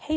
hey,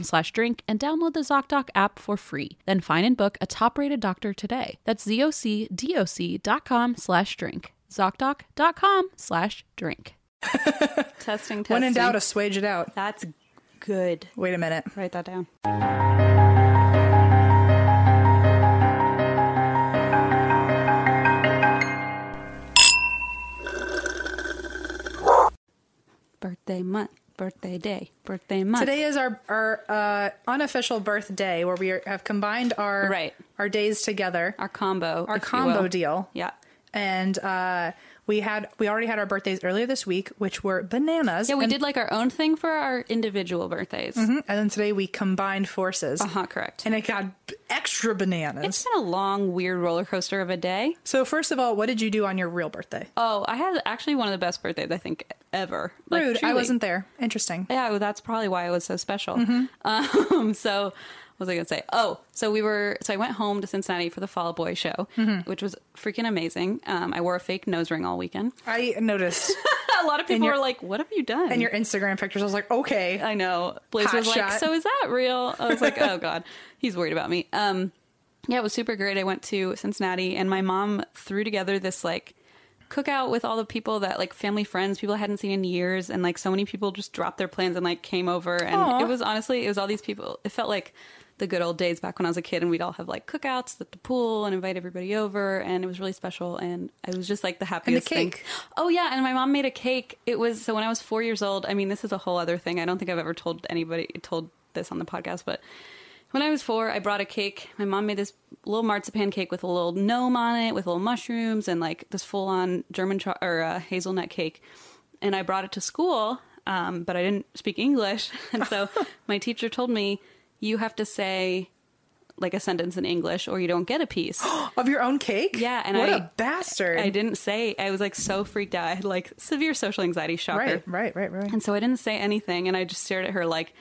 slash drink and download the ZocDoc app for free. Then find and book a top-rated doctor today. That's zocdoc.com slash drink. ZocDoc.com slash drink. Testing, testing. When in doubt, assuage it out. That's good. Wait a minute. Write that down. Birthday month, birthday day, birthday month. Today is our our uh, unofficial birthday where we are, have combined our Right. our days together, our combo. our if you will. combo deal. Yeah. and uh, we had we already had our birthdays earlier this week, which were bananas. Yeah, we and, Mm-hmm. did like our own thing for our individual birthdays. and then today we combined forces, Uh-huh, correct. and it got b- extra bananas. It's been a long, weird roller coaster of a day. so first of all, what did you do on your real birthday? Oh, I had actually one of the best birthdays I think ever. Like, Rude. I truly. wasn't there. Interesting. Yeah, well, that's probably why it was so special. Um, so, what was I going to say? Oh, so we were. So I went home to Cincinnati for the Fall Out Boy show, which was freaking amazing. Um, I wore a fake nose ring all weekend. I noticed a lot of people your- were like, "What have you done?" in your Instagram pictures. I was like, okay, I know. Blaze Hot was like, shot. "So is that real?" I was like, "Oh God, he's worried about me." Um, yeah, it was super great. I went to Cincinnati, and my mom threw together this like cookout with all the people that like family friends people I hadn't seen in years and like so many people just dropped their plans and like came over and it was honestly it was all these people it felt like the good old days back when I was a kid and we'd all have like cookouts at the pool and invite everybody over and it was really special and it was just like the happiest thing cake. Oh yeah, and my mom made a cake. It was so when I was four years old. I mean, this is a whole other thing. I don't think I've ever told anybody told this on the podcast, but when I was four, I brought a cake. My mom made this little marzipan cake with a little gnome on it, with little mushrooms, and like this full on German cho- or uh, hazelnut cake. And I brought it to school, um, but I didn't speak English, and so my teacher told me you have to say like a sentence in English, or you don't get a piece. of your own cake. Yeah, and what I- a bastard. I didn't say. I was like so freaked out. I had like severe social anxiety shocker. Right, right, right, right. And so I didn't say anything and I just stared at her like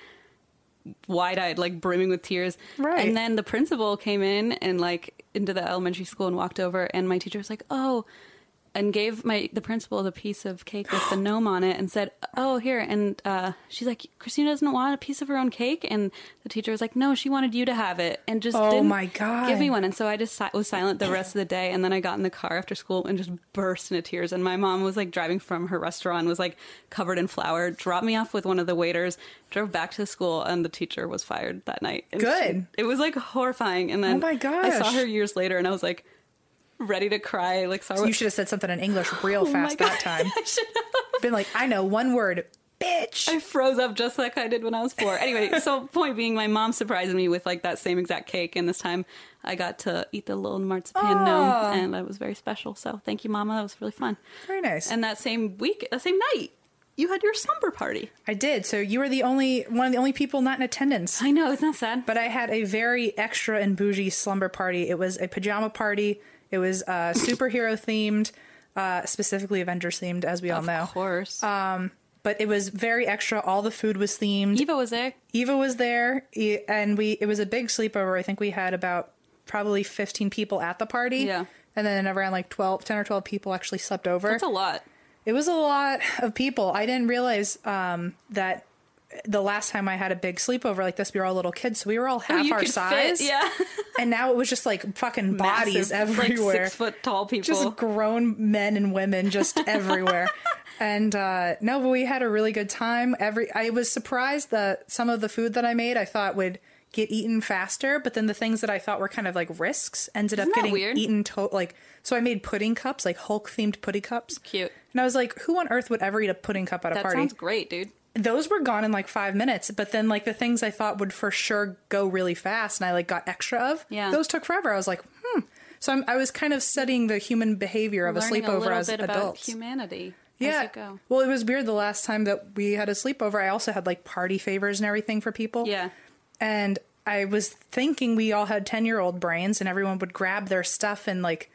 wide eyed, like brimming with tears. Right. And then the principal came in and like into the elementary school and walked over and my teacher was like, Oh and gave my the principal the piece of cake with the gnome on it and said, Oh, here and uh she's like, Christina doesn't want a piece of her own cake and the teacher was like, No, she wanted you to have it and just Oh didn't my God. Give me one. And so I just si- was silent the rest of the day. And then I got in the car after school and just burst into tears. And my mom was like driving from her restaurant, was like covered in flour, dropped me off with one of the waiters, drove back to school, and the teacher was fired that night. And Good. she- it was like horrifying. And then Oh my I saw gosh. her years later and I was like, ready to cry. Like, sorry. You should have said something in English real Oh fast that time. I should have. Been like, I know one word, bitch. I froze up just like I did when I was four. Anyway, so point being, my mom surprised me with like that same exact cake, and this time I got to eat the little marzipan gnome, and that was very special. So thank you, Mama. That was really fun. Very nice. And that same week, that same night, you had your slumber party. I did. So you were the only one of the only people not in attendance. I know, isn't that sad? But I had a very extra and bougie slumber party. It was a pajama party. It was uh, superhero themed, uh, specifically Avengers themed, as we all know. of course, Um, But it was very extra. All the food was themed. Eva was there. Eva was there, e- and we it was a big sleepover. I think we had about probably 15 people at the party. Yeah. And then around like 12, 10 or 12 people actually slept over. That's a lot. It was a lot of people. I didn't realize um, that the last time I had a big sleepover like this, we were all little kids, so we were all half Oh, you our could fit, size. yeah. and now it was just like fucking bodies Massive, everywhere. Like six foot tall people. just grown men and women just everywhere. And uh, no, but we had a really good time. Every I was surprised that some of the food that I made I thought would get eaten faster, but then the things that I thought were kind of like risks ended Isn't up that getting weird? eaten. To- like so, I made pudding cups, like Hulk themed pudding cups. Cute. And I was like, who on earth would ever eat a pudding cup at a that party? sounds great, dude. Those were gone in like five minutes, but then like the things I thought would for sure go really fast and I like got extra of, Yeah. those took forever. I was like, hmm. So I'm, I was kind of studying the human behavior of Learning a sleepover little as bit about adults. humanity. As yeah. you go. Well, it was weird the last time that we had a sleepover. I also had like party favors and everything for people. Yeah. And I was thinking we all had 10 year old brains and everyone would grab their stuff and like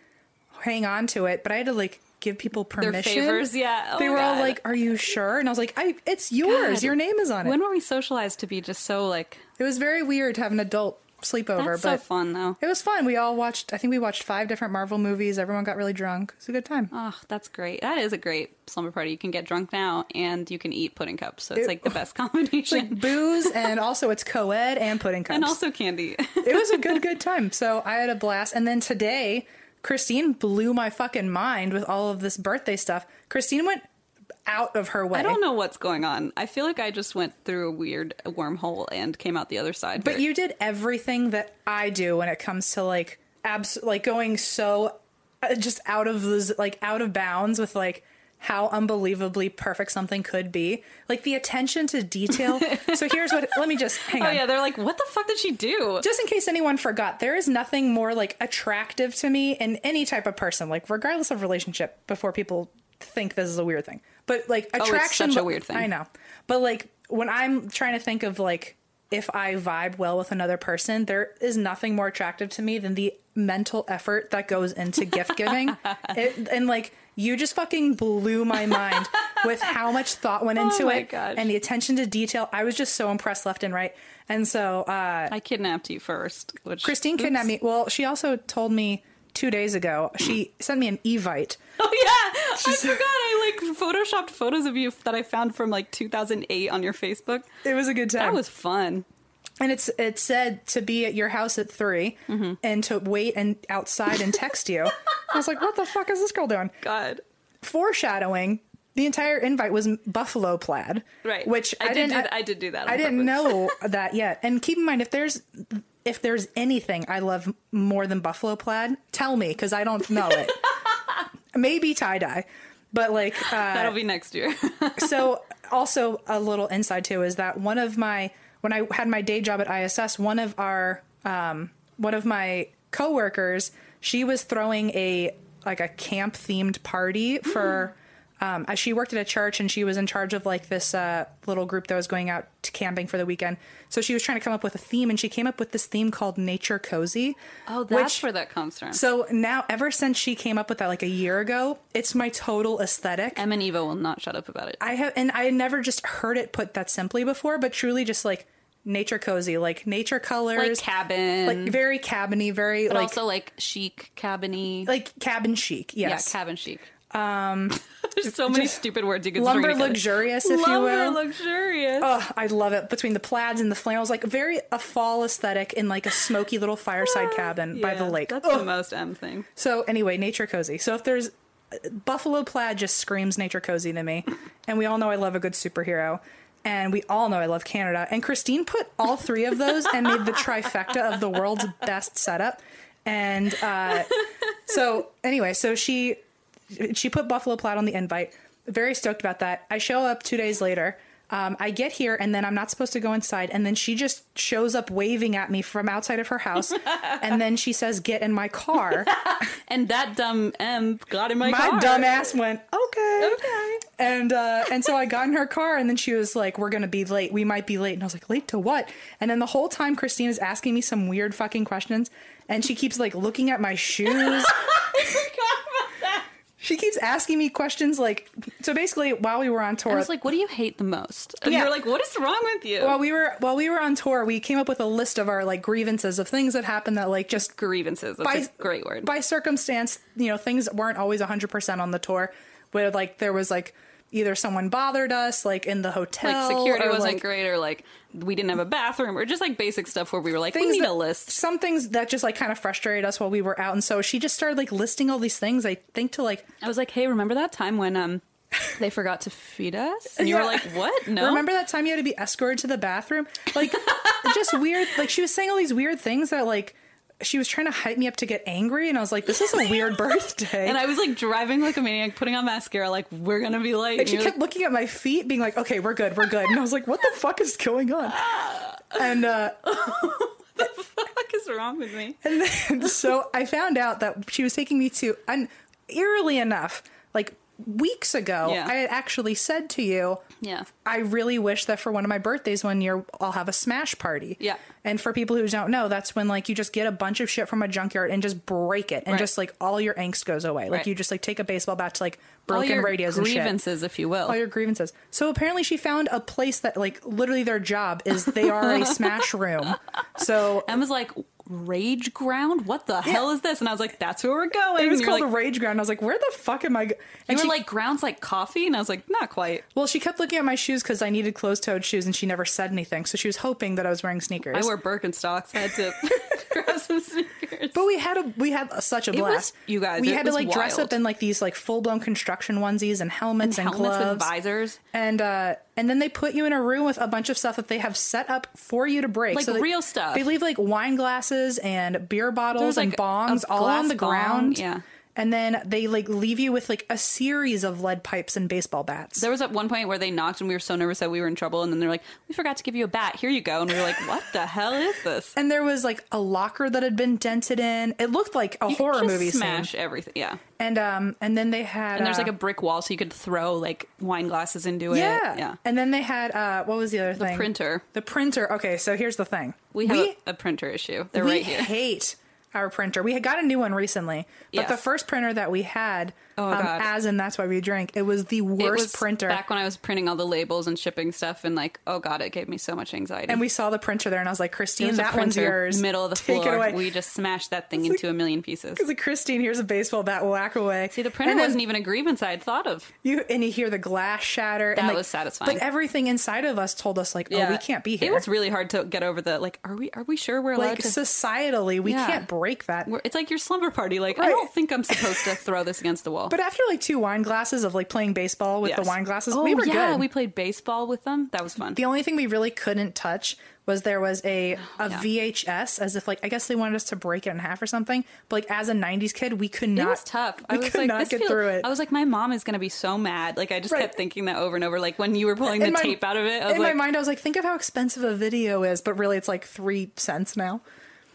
hang on to it. But I had to like give people permission. favors, yeah. Oh they my were all God. like, Are you sure? And I was like, I, It's yours. God. Your name is on it. When were we socialized to be just so like? it was very weird to have an adult sleepover. That's so but fun though. It was fun. We all watched, I think we watched five different Marvel movies. Everyone got really drunk. It was a good time. Oh, that's great. That is a great slumber party. You can get drunk now and you can eat pudding cups. So it's like the best combination. Like booze and also it's co ed and pudding cups. and also candy. it was a good good time. So I had a blast. And then today, Christine blew my fucking mind with all of this birthday stuff. Christine went out of her way. I don't know what's going on. I feel like I just went through a weird wormhole and came out the other side. But you did everything that I do when it comes to like abs like going so uh, just out of the z- like out of bounds with like how unbelievably perfect something could be. Like the attention to detail. so here's what let me just hang Oh on. yeah, they're like, what the fuck did she do? just in case anyone forgot, there is nothing more like attractive to me in any type of person, like regardless of relationship, before people think this is a weird thing. But like Oh, it's attraction such a weird thing. I know. But like when I'm trying to think of like if I vibe well with another person, there is nothing more attractive to me than the mental effort that goes into gift giving. It, and like you just fucking blew my mind with how much thought went into Oh my it gosh. and the attention to detail. I was just so impressed left and right. And so uh I kidnapped you first. Which Christine kidnapped me. Well, she also told me two days ago. She sent me an evite. Oh yeah, I forgot. I like photoshopped photos of you that I found from like 2008 on your Facebook. It was a good time. That was fun. and it's it said to be at your house at 3 Mm-hmm. and to wait and outside and text you. I was like, what the fuck is this girl doing? God. Foreshadowing. The entire invite was buffalo plaid, Right. Which I I, did didn't. do th- I did do that on I didn't purpose. know that yet. And keep in mind, if there's if there's anything I love more than buffalo plaid, tell me because I don't know it. Maybe tie dye, but like uh, That'll be next year. so also a little inside too is that one of my when I had my day job at ISS, one of our um, one of my coworkers, she was throwing a like a camp themed party for. Mm. Um, she worked at a church and she was in charge of like this uh, little group that was going out to camping for the weekend. So she was trying to come up with a theme and she came up with this theme called Nature Cozy. oh, that's which- where that comes from. So now, ever since she came up with that like a year ago, it's my total aesthetic. Em and Eva will not shut up about it. I have, and I had never just heard it put that simply before, but truly just like nature cozy, like nature like colors, cabin, like very cabiny, very but like also like chic cabiny. like cabin chic. Yes, Yeah, cabin chic. Um, there's so many stupid words you could lumber string together. luxurious, if you lumber will. Oh, luxurious. Ugh, I love it between the plaids and the flannels, like very a fall aesthetic in like a smoky little fireside cabin by the Ah, Yeah, lake. That's Ugh. the most M thing. So anyway, nature cozy. So if there's buffalo plaid, just screams nature cozy to me, and we all know I love a good superhero, and we all know I love Canada. And Christine put all three of those and made the trifecta of the world's best setup. And uh, so anyway, so she she put buffalo plaid on the invite. Very stoked about that. I show up two days later. Um, I get here and then I'm not supposed to go inside. And then she just shows up waving at me from outside of her house. and then she says, "Get in my car." and that dumb M got in my, my car. dumbass went okay Okay. and uh and so i got in her car and then she was like we're gonna be late we might be late and i was like late to what and then the whole time christine is asking me some weird fucking questions and she keeps like looking at my shoes she keeps asking me questions like so basically while we were on tour I was like, what do you hate the most? And Yeah. you're like, what is wrong with you? while we were while we were on tour we came up with a list of our like grievances of things that happened that like just Grievances. That's a great word. By circumstance, you know, things weren't always 100% on the tour. Where like there was like either someone bothered us like in the hotel like security or, wasn't like, great, or like we didn't have a bathroom, or just like basic stuff where we were like, we things need that- a list. Some things that just like kind of frustrated us while we were out and so she just started like listing all these things I think to like I was like, hey, remember that time when um they forgot to feed us? And you Yeah. were like, what? No. Remember that time you had to be escorted to the bathroom? Like, just weird. Like, she was saying all these weird things that, like, she was trying to hype me up to get angry. And I was like, this is a weird birthday. And I was like driving like a maniac, putting on mascara, like we're gonna be late. And she you're kept looking at my feet, being like, "Okay, we're good, we're good." And I was like, "What the fuck is going on?" And uh, like, what the fuck is wrong with me? and then, so I found out that she was taking me to, and eerily enough, like weeks ago, Yeah. I had actually said to you, Yeah. I really wish that for one of my birthdays one year, I'll have a smash party." Yeah. And for people who don't know, that's when like you just get a bunch of shit from a junkyard and just break it, and Right. just like all your angst goes away. Like Right. you just like take a baseball bat to like All broken your radios and shit. grievances, if you will. all your grievances. So apparently she found a place that like literally their job is they are a smash room. So Emma's like, Rage Ground? What the hell is this? And I was like, that's where we're going. it was And you're called like, the rage ground. I was like, where the fuck am I? go-" you And were she, like, grounds like coffee? And I was like, not quite. well, she kept looking at my shoes because I needed closed-toed shoes, and she never said anything. So she was hoping that I was wearing sneakers. I wear Birkenstocks. I had to grab some sneakers. But we had a we had such a was- blast. you guys, we it had to was like dress wild. up in like these like full blown construction onesies and helmets and, helmets with gloves visors. and uh and then they put you in a room with a bunch of stuff that they have set up for you to break Like they- real stuff. they leave like wine glasses and beer bottles There's, and like, a bongs all on glass the bong, ground yeah. and then they like leave you with like a series of lead pipes and baseball bats There was at one point where they knocked and we were so nervous that we were in trouble. And then they're like, we forgot to give you a bat. Here you go. And we were like, what the hell is this? and there was like a locker that had been dented in it looked like a horror Just movie smash scene everything. Yeah. and um and then they had And there's uh, like a brick wall so you could throw like wine glasses into Yeah. it. Yeah. And then they had uh what was the other thing? printer. The printer. Okay, so here's the thing. We have we, a, a printer issue. They're we right here. hate our printer. We had got a new one recently, but Yes. the first printer that we had um, Oh, God. as and that's why we drank. It was the worst It was printer. Back when I was printing all the labels and shipping stuff, and like, oh god, it gave me so much anxiety. and we saw the printer there and I was like, It "Christine, was a that one's printer, yours." middle of the Take floor. It away. We just smashed that thing into a million pieces. It's like, Christine, here's a baseball bat. Whack away. See, the printer and then Oh, wasn't e even a grievance I had thought of. You and you hear the glass shatter. That and like, was satisfying. But everything inside of us told us like, "Oh, we can't be here." It was really hard to get over the like. Are we? Are we sure we're allowed like to? societally, we Yeah. can't break that. we're- it's like your slumber party. Like I Right. don't think I'm supposed to throw this against the wall. But after like two wine glasses of like playing baseball with Yes. the wine glasses, oh, we were yeah, good. we played baseball with them. That was fun. the only thing we really couldn't touch was there was a Oh, a VHS as if like I guess they wanted us to break it in half or something. But like as a '90s kid, we could not. it was tough. I We was could like, not this get feel- through it. I was like, my mom is gonna be so mad. Like I just Right. kept thinking that over and over. Like when you were pulling the In my- tape out of it, I was in like, my mind, I was like, think of how expensive a video is, but really, it's like three cents now.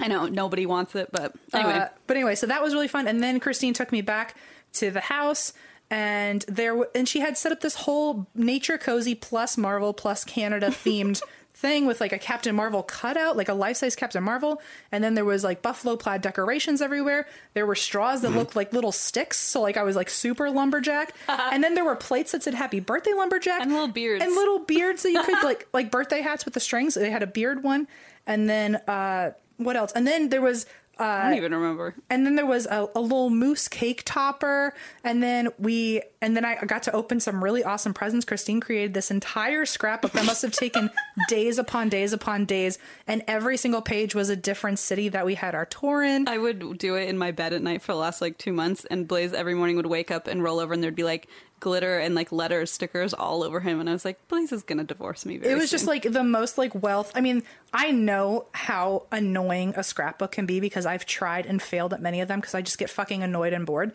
I know nobody wants it, but anyway, Uh, but anyway, so that was really fun. And then Christine took me back to the house, and there w- and she had set up this whole nature cozy plus Marvel plus Canada themed thing with like a Captain Marvel cutout, like a life size Captain Marvel. And then there was like buffalo plaid decorations everywhere. There were straws Mm-hmm. that looked like little sticks, so like I was like super lumberjack. and then there were plates that said Happy Birthday Lumberjack And little beards. and little beards that you could like like birthday hats with the strings. They had a beard one, and then uh, what else? And then there was. Uh, I don't even remember. and then there was a, a little moose cake topper and then we and then i got to open some really awesome presents christine created this entire scrapbook that must have taken days upon days upon days and every single page was a different city that we had our tour in I would do it in my bed at night for the last like two months, and Blaze every morning would wake up and roll over, and there'd be like glitter and like letter stickers all over him, and I was like, "Blaze is gonna divorce me." Very it was just soon. like the most like wealth. I mean, I know how annoying a scrapbook can be because I've tried and failed at many of them because I just get fucking annoyed and bored.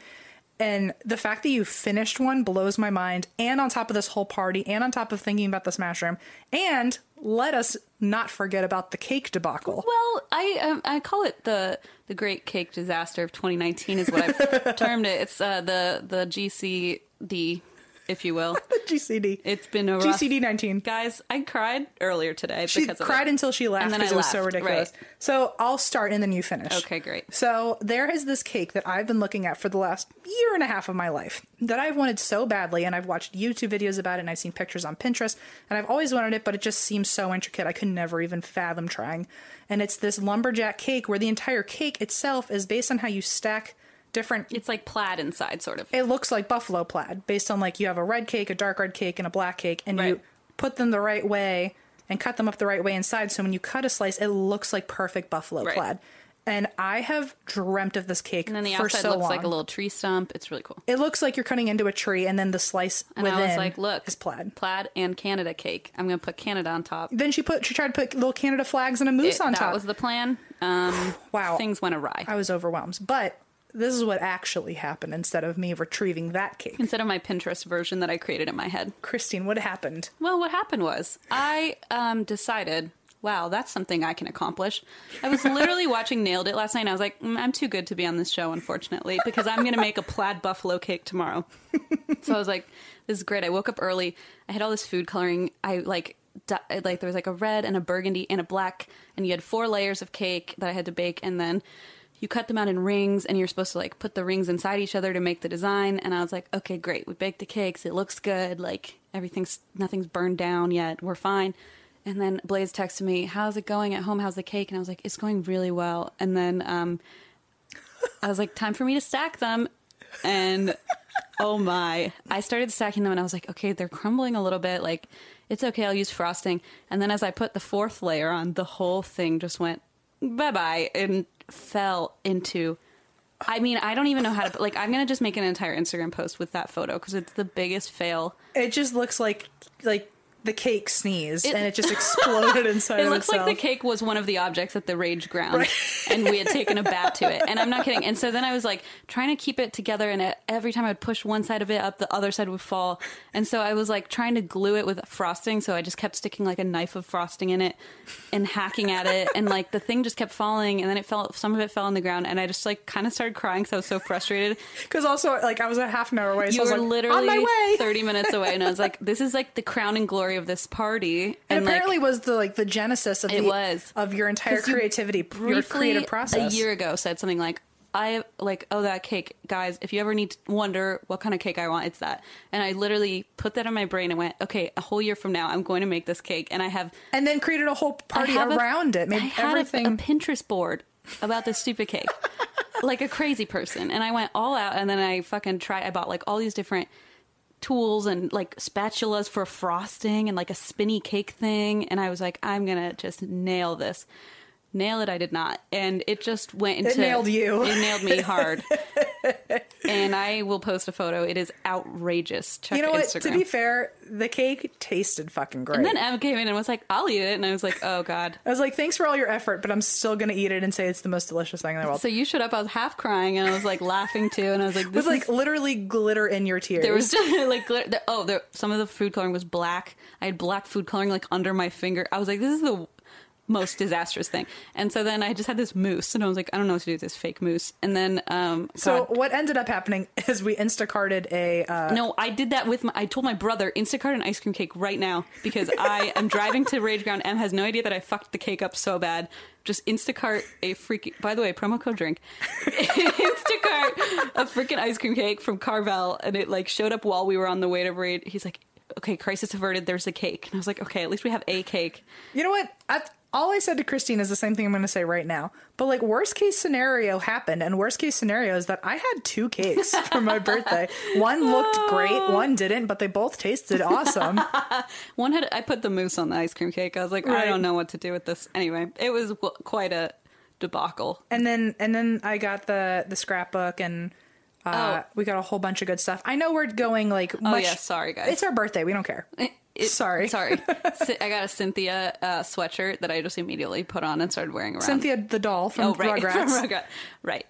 And the fact that you finished one blows my mind. And on top of this whole party, and on top of thinking about the smash room, and let us not forget about the cake debacle. Well, I um, I call it the the Great Cake Disaster of 2019 is what I've termed it. It's uh, the the GCD, if you will. GCD. It's been a rough- GCD nineteen. Guys, I cried earlier today She because of cried it. until she laughed And then because I it was so laughed, ridiculous. right. So I'll start and then you finish. Okay, great. So there is this cake that I've been looking at for the last year and a half of my life that I've wanted so badly, and I've watched YouTube videos about it, and I've seen pictures on Pinterest, and I've always wanted it, but it just seems so intricate I could never even fathom trying. And it's this lumberjack cake where the entire cake itself is based on how you stack different It's like plaid inside, sort of. it looks like buffalo plaid based on like you have a red cake, a dark red cake, and a black cake, and you Right. put them the right way and cut them up the right way inside. So when you cut a slice, it looks like perfect buffalo Right. plaid. And I have dreamt of this cake and then the for outside so looks long. like a little tree stump. It's really cool. it looks like you're cutting into a tree, and then the slice And within I was like, "Look, is plaid. plaid and Canada cake. I'm gonna put Canada on top." Then she put she tried to put little Canada flags and a moose It- on that top. was the plan. Um, Wow. things went awry. I was overwhelmed, but this is what actually happened instead of me retrieving that cake. Instead of my Pinterest version that I created in my head. Christine, what happened? Well, what happened was I um, decided, wow, that's something I can accomplish. I was literally watching Nailed It last night, and I was like, mm, I'm too good to be on this show, unfortunately, because I'm going to make a plaid buffalo cake tomorrow. so I was like, this is great. I woke up early. I had all this food coloring. I like. di- Like there was like a red and a burgundy and a black, and you had four layers of cake that I had to bake, and then you cut them out in rings and you're supposed to like put the rings inside each other to make the design and i was like okay great we baked the cakes it looks good like everything's nothing's burned down yet we're fine and then blaze texted me how's it going at home how's the cake and i was like it's going really well and then um i was like time for me to stack them and oh my i started stacking them and i was like okay they're crumbling a little bit like it's okay i'll use frosting and then as i put the fourth layer on the whole thing just went bye-bye and fell into i mean i don't even know how to like i'm gonna just make an entire instagram post with that photo because it's the biggest fail It just looks like like the cake sneezed and it just exploded inside it of looks itself. like the cake was one of the objects at the rage ground and we had taken a bat to it and i'm not kidding and so then i was like trying to keep it together and it- every time i'd push one side of it up the other side would fall and so i was like trying to glue it with frosting so i just kept sticking like a knife of frosting in it and hacking at it and like the thing just kept falling and then it fell some of it fell on the ground and i just like kind of started crying because i was so frustrated Because also, like, I was a half an hour away. So you I was were like, literally on my way. 30 minutes away and i was like this is like the crowning glory of this party and like, apparently, was the like the genesis of It the, was. of your entire 'Cause you creativity, your creative process. a year ago said something like i like oh that cake guys if you ever need to wonder what kind of cake i want it's that and i literally put that in my brain and went okay a whole year from now i'm going to make this cake and i have and then created a whole I party have a- around it, I made had a- everything. a, pinterest board about this stupid cake like a crazy person and i went all out and then i fucking tried i bought like all these different tools and like spatulas for frosting and like a spinny cake thing and i was like i'm gonna just nail this nail it i did not and it just went into nailed you. it nailed me hard and i will post a photo it is outrageous check you know what? instagram To be fair, the cake tasted fucking great. and then em came in and was like i'll eat it and i was like oh god I was like, thanks for all your effort, but I'm still gonna eat it and say it's the most delicious thing in the world. so you showed up i was half crying and i was like laughing too and i was like it was this like is literally glitter in your tears. There was just like glitter. There, oh, there, some of the food coloring was black. I had black food coloring like under my finger. I was like, this is the most disastrous thing. And so then I just had this moose, and I was like, I don't know what to do with this fake moose. And then, um, so God. what ended up happening is we instacarted a uh, no, I did that with my. I told my brother Instacart an ice cream cake right now because I am driving to Rage Ground. M has no idea that I fucked the cake up so bad. Just Instacart a freaking. By the way, promo code drink. Instacart a freaking ice cream cake from Carvel, and it like showed up while we were on the way to Rage. He's like, "Okay, crisis averted. There's a cake," and I was like, "Okay, at least we have a cake." You know what? I, all I said to Christine is the same thing I'm going to say right now. But like, worst case scenario happened, and worst case scenario is that I had two cakes for my birthday. One looked Oh. great, one didn't, but they both tasted awesome. One had I put the moose on the ice cream cake. I was like, Right. "I don't know what to do with this." Anyway, it was w- quite a debacle. and then and then I got the the scrapbook and Uh, We got a whole bunch of good stuff. I know we're going like much. Oh. yeah, sorry, guys. It's our birthday. We don't care. It- Sorry. sorry. Sy- I got a Cynthia uh, sweatshirt that I just immediately put on and started wearing around. Cynthia the doll from oh right, Rugrats. from Rugrats. right.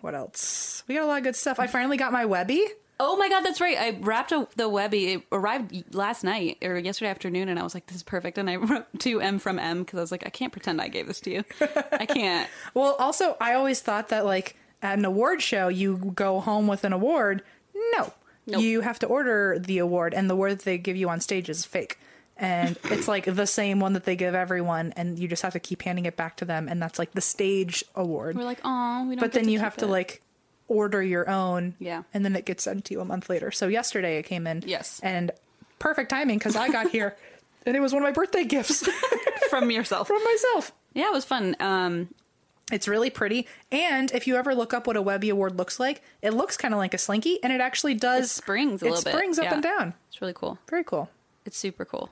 What else? We got a lot of good stuff. I finally got my Webby. Oh my god, that's right. I wrapped a, the Webby. It arrived last night or yesterday afternoon, and I was like, "This is perfect." And I wrote to M from M because I was like, "I can't pretend I gave this to you. I can't." Well, also, I always thought that like at an award show, you go home with an award. No, Nope. you have to order the award, and the award that they give you on stage is fake. And it's like the same one that they give everyone, and you just have to keep handing it back to them, and that's like the stage award. We're like, "Oh, we don't." but get then you keep have to it." like order your own Yeah. and then it gets sent to you a month later so yesterday it came in Yes. and perfect timing because i got here and it was one of my birthday gifts from yourself. from myself Yeah, it was fun. Um, it's really pretty and if you ever look up what a webby award looks like it looks kind of like a slinky and it actually does springs a it little bit. springs up Yeah. and down it's really cool. very cool It's super cool.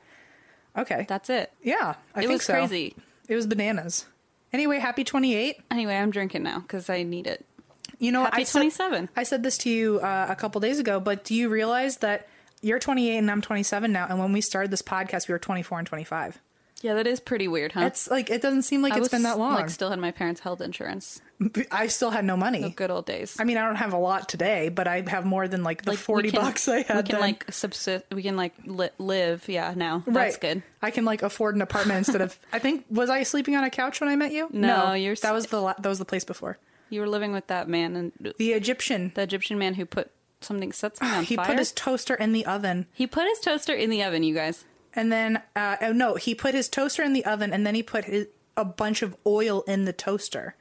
okay That's it. yeah I it think was so. crazy. it was bananas anyway happy 28 Anyway, I'm drinking now because I need it. You know, Happy I said- 27. I said this to you uh, a couple days ago, but do you realize that you're 28 and I'm 27 now? And when we started this podcast, we were 24 and 25. Yeah, that is pretty weird, huh? It's like it doesn't seem like I it's was, been that long. Like, still had my parents' health insurance. I still had no money. Good old days. I mean, I don't have a lot today, but I have more than like the Like, we 40 can- bucks I had. We can then. like subsist. We can like li- live. Yeah, now Right. that's good. I can like afford an apartment instead of. I think was I sleeping on a couch when I met you? No, you're s- that was the la- that was the place before You were living with that man and the the Egyptian. Egyptian man who put something set something on Ah, he fire. put his toaster in the oven. he put his toaster in the oven. You guys. And then, uh, oh no, he put his toaster in the oven and then he put his, a bunch of oil in the toaster.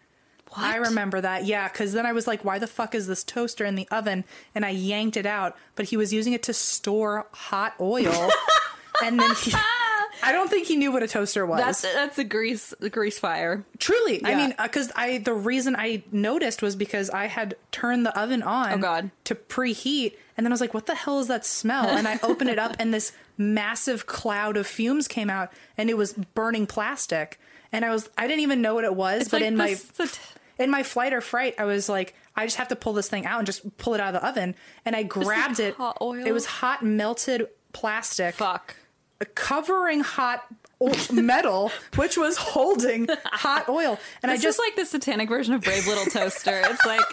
I remember that. Yeah. Cause then I was like, why the fuck is this toaster in the oven? And I yanked it out, but he was using it to store hot oil. and then he, I don't think he knew what a toaster was. That's that's a grease a grease fire. Truly, I Yeah. mean, because I the reason I noticed was because I had turned the oven on, Oh, God. to preheat, and then I was like, "What the hell is that smell?" And I opened it up, and this massive cloud of fumes came out, and it was burning plastic. And I was, I didn't even know what it was, but like in this- it's a my t- in my flight or fright, I was like, I just have to pull this thing out and just pull it out of the oven. And I grabbed it. hot oil? It was hot melted plastic Fuck. covering hot o- metal, which was holding hot oil. And I It's just just like like the satanic version of Brave Little Toaster. It's like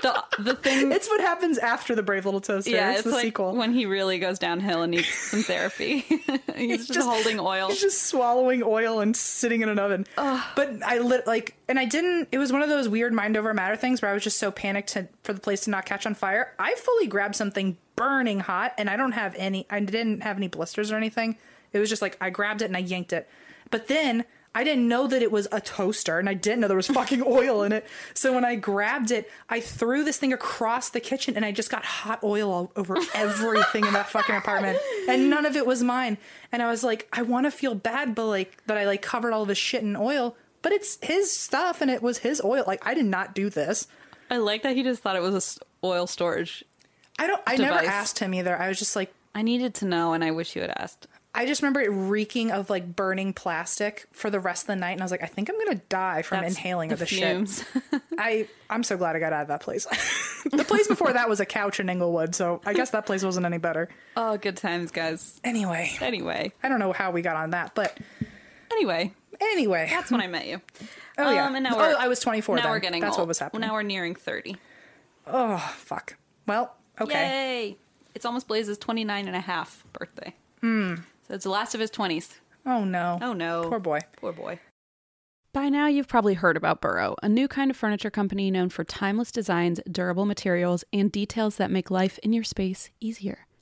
the the thing. it's what happens after the Brave Little Toaster. yeah, it's, it's the like sequel. when he really goes downhill and needs some therapy. he's just, holding oil. He's just swallowing oil and sitting in an oven. But I lit like, and I didn't. It was one of those weird mind over matter things where I was just so panicked to, for the place to not catch on fire. I fully grabbed something burning hot, and I don't have any. I didn't have any blisters or anything. It was just like I grabbed it and I yanked it. But then I didn't know that it was a toaster, and I didn't know there was fucking oil in it. So when I grabbed it, I threw this thing across the kitchen, and I just got hot oil all over everything in that fucking apartment, and none of it was mine. And I was like, I want to feel bad, but like that I like covered all this shit in oil, but it's his stuff, and it was his oil. Like I did not do this. I like that he just thought it was a s- oil storage. I don't. I never Device. asked him either. I was just like, I needed to know, and I wish you had asked. I just remember it reeking of like burning plastic for the rest of the night, and I was like, I think I'm gonna die from That's inhaling the of this fumes. shit. I I'm so glad I got out of that place. the place before that was a couch in Inglewood, so I guess that place wasn't any better. Oh, good times, guys. Anyway, Anyway, I don't know how we got on that, but anyway, anyway, that's when I met you. Oh, yeah. Um, and now Oh, we're- I was 24 Now then. we're getting That's old. what was happening. Oh, Now we're nearing thirty. fuck. Well, okay, Yay! It's almost Blaze's 29 and a half birthday. So it's the last of his 20s. oh no, Oh no. Hmm. poor boy. Poor boy. By now, you've probably heard about Burrow, a new kind of furniture company known for timeless designs, durable materials, and details that make life in your space easier.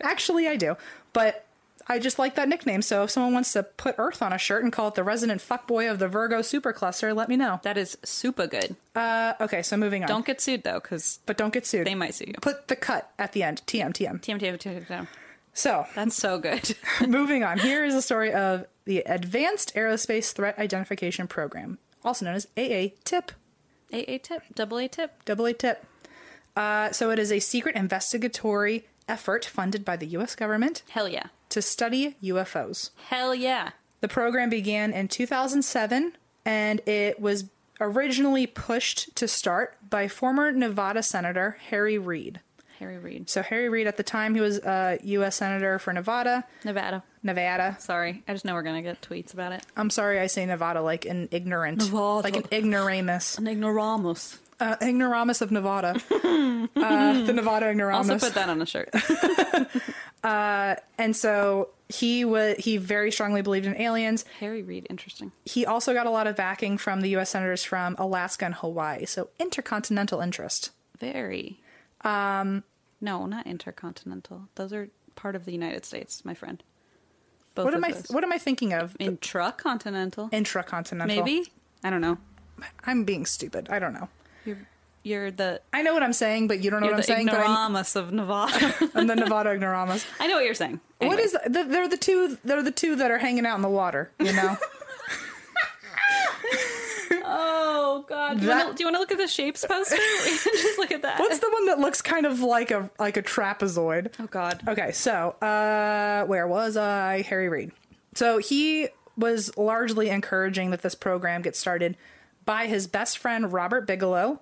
actually, I do. But I just like that nickname. So if someone wants to put Earth on a shirt and call it the resident fuckboy of the Virgo supercluster, let me know. That is super good. Uh, okay, so moving on. Don't get sued though, because but don't get sued. they might sue you. Put the cut at the end. TM, TM. TM, TM, TM, TM. So That's so good. moving on. Here is a story of the Advanced Aerospace Threat Identification Program, also known as AA TIP. AA tip, double A tip. Double A tip. Uh, so it is a secret investigatory effort funded by the U.S. government Hell yeah. to study UFOs. Hell yeah. The program began in 2007 and it was originally pushed to start by former Nevada Senator Harry Reid. Harry Reid. So Harry Reid at the time he was a U.S. senator for Nevada, Nevada. Nevada. Sorry. I just know we're going to get tweets about it. I'm sorry I say Nevada like an ignorant, Nevada. like an ignoramus, An ignoramus. uh, ignoramus of Nevada, uh, the Nevada ignoramus. Also put that on a shirt. and so he was he very strongly believed in aliens. Harry Reid. Interesting. He also got a lot of backing from the U.S. senators from Alaska and Hawaii. So intercontinental interest. Very. Um. No, not intercontinental. Those are part of the United States, my friend. Both What of am I? those. What am I thinking of? Intracontinental. Intracontinental. Maybe. I don't know. I'm being stupid. I don't know. You're You're the I know what I'm saying, but you don't know you're what the I'm saying. but I- ignoramus of Nevada. I'm the Nevada ignoramus. I know what you're saying. What Anyway. is the, they're the two they're the two that are hanging out in the water, you know? Oh God! Do you That- wanna- do you want to look at the shapes poster? Just look at that. What's the one that looks kind of like a like a trapezoid? oh God! Okay, so uh, where was I? Harry Reid. So he was largely encouraging that this program get started by his best friend Robert Bigelow.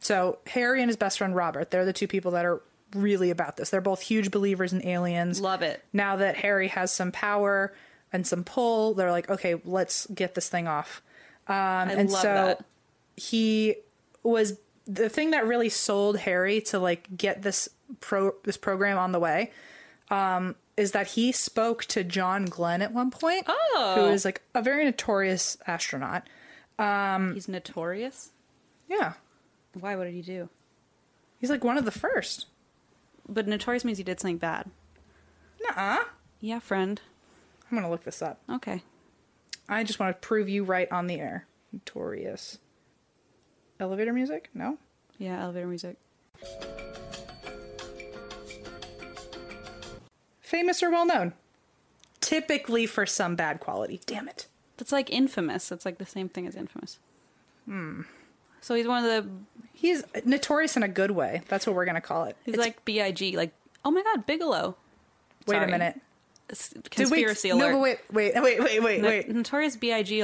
So Harry and his best friend Robert, they're the two people that are really about this. They're both huge believers in aliens. Love it. Now that Harry has some power and some pull, they're like, okay, let's get this thing off. Um, and love so that. he was the thing that really sold Harry to like get this pro this program on the way is that he spoke to John Glenn at one point, Oh. who is like a very notorious astronaut. Um, He's notorious. Yeah, Why? What did he do? he's like one of the first. But notorious means he did something bad. Nuh-uh. Yeah, friend. I'm gonna look this up. Okay. I just want to prove you right on the air. Notorious. Elevator music? No. Yeah, elevator music. Famous or well known? Typically for some bad quality. Damn it. That's like infamous. That's like the same thing as infamous. Hmm. So he's one of the. He's notorious in a good way. That's what we're gonna call it. He's It's- like Big. Like oh my God, Bigelow. wait sorry. a minute. It's Did we- Conspiracy alert. No, but wait, wait, wait, wait, wait, No- wait. Notorious Big.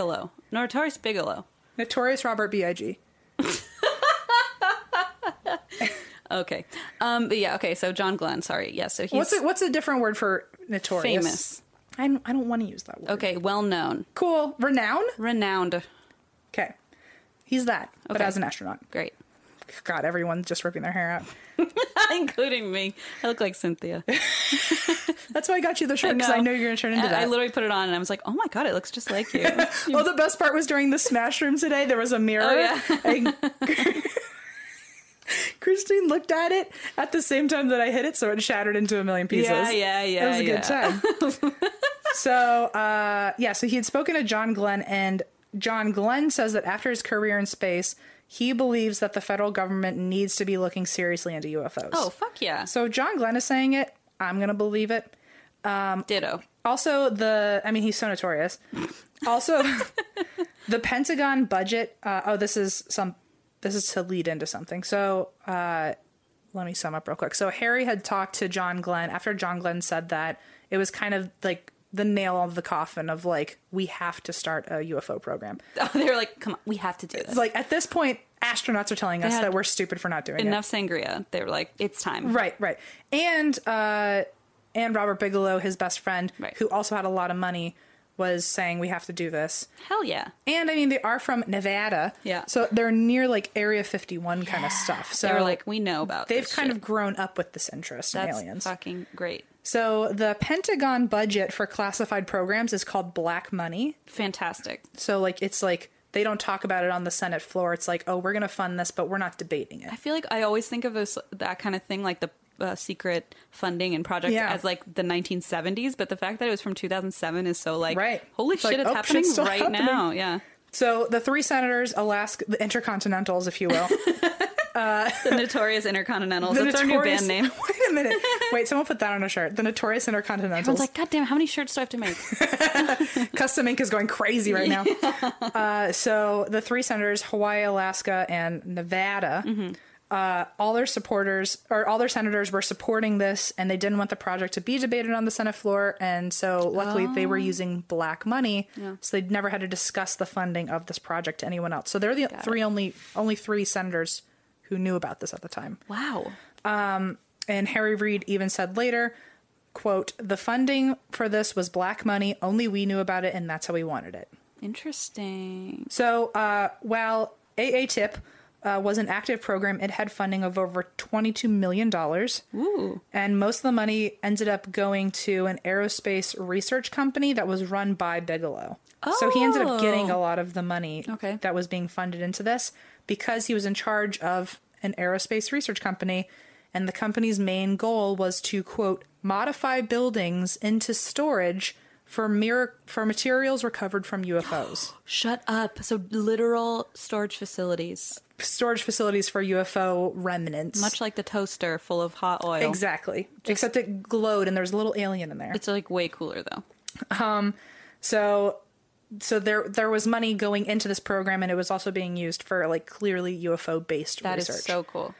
Notorious Bigelow. Notorious Robert B.I.G. Okay. Um. But yeah. Okay. So John Glenn. Sorry. Yeah. So he's What's a, what's a different word for notorious? famous. I don't, I don't want to use that word. Okay. Well known. Cool. Renown? Renowned. Okay. He's that, but Okay. as an astronaut. Great. God, everyone's just ripping their hair out. Including me. I look like Cynthia. That's why I got you the shirt, because I know you're going to turn into I, that. I literally put it on and I was like, oh my God, it looks just like you. oh, the best part was during the Smash Room today, there was a mirror. Oh, yeah. and Christine looked at it at the same time that I hit it, so it shattered into a million pieces. Yeah, yeah, yeah, It was a yeah. good time. so, uh, yeah, so he had spoken to John Glenn, and John Glenn says that after his career in space, he believes that the federal government needs to be looking seriously into UFOs. oh, fuck yeah. So John Glenn is saying it. I'm going to believe it. Ditto. Also, the I mean, he's so notorious. Also, the Pentagon budget. Uh, oh, this is some. This is to lead into something. So, uh, let me sum up real quick. So Harry had talked to John Glenn after John Glenn said that it was kind of like the nail on the coffin of like we have to start a UFO program. Oh, they were like, come on, we have to do It's this. like at this point, astronauts are telling us had that we're stupid for not doing it. Enough sangria. They were like, it's time. Right, right. And uh and Robert Bigelow, his best friend, Right. who also had a lot of money, was saying we have to do this. Hell yeah. And I mean they are from Nevada. Yeah. So they're near like Area 51 kind of stuff. So They were like, we know about they've this kind shit. of grown up with this interest That's in aliens. fucking great. So the Pentagon budget for classified programs is called black money. Fantastic. So like it's like they don't talk about it on the Senate floor. It's like, "Oh, we're going to fund this, but we're not debating it." I feel like I always think of this that kind of thing, like the uh, secret funding and projects, Yeah. as like the 1970s. But the fact that it was from 2007 is so like, Right. holy It's shit, like, it's oh, happening shit's still right happening. now. Yeah, So the three senators, Alaska, the intercontinentals, if you will, the notorious Intercontinentals. The That's Notorious- our new band name. Wait a minute. Wait, someone put that on a shirt. The Notorious Intercontinentals. Everyone's like, God damn, how many shirts do I have to make? Custom Ink is going crazy right now. uh, so the three senators, Hawaii, Alaska, and Nevada, Mm-hmm. uh, all their supporters or all their senators were supporting this, and they didn't want the project to be debated on the Senate floor. And so, luckily, they Oh. were using black money, so they never had to discuss the funding of this project to anyone else. So they're the three only only three senators who knew about this at the time. Wow. And Harry Reid even said later, quote, the funding for this was black money, only we knew about it and that's how we wanted it. Interesting. So uh, while AA Tip uh, was an active program, it had funding of over $22 million. Ooh. And most of the money ended up going to an aerospace research company that was run by Bigelow. So he ended up getting a lot of the money Oh. Okay. that was being funded into this because he was in charge of an aerospace research company. And the company's main goal was to, quote, modify buildings into storage for, mir- for Oh. materials recovered from UFOs. Shut up. So literal storage facilities. storage facilities for UFO remnants. Much like the toaster full of hot oil. exactly. Except it glowed and there was a little alien in there. It's like way cooler though. So so there there was money going into this program and it was also being used for like clearly UFO based That is research. so cool.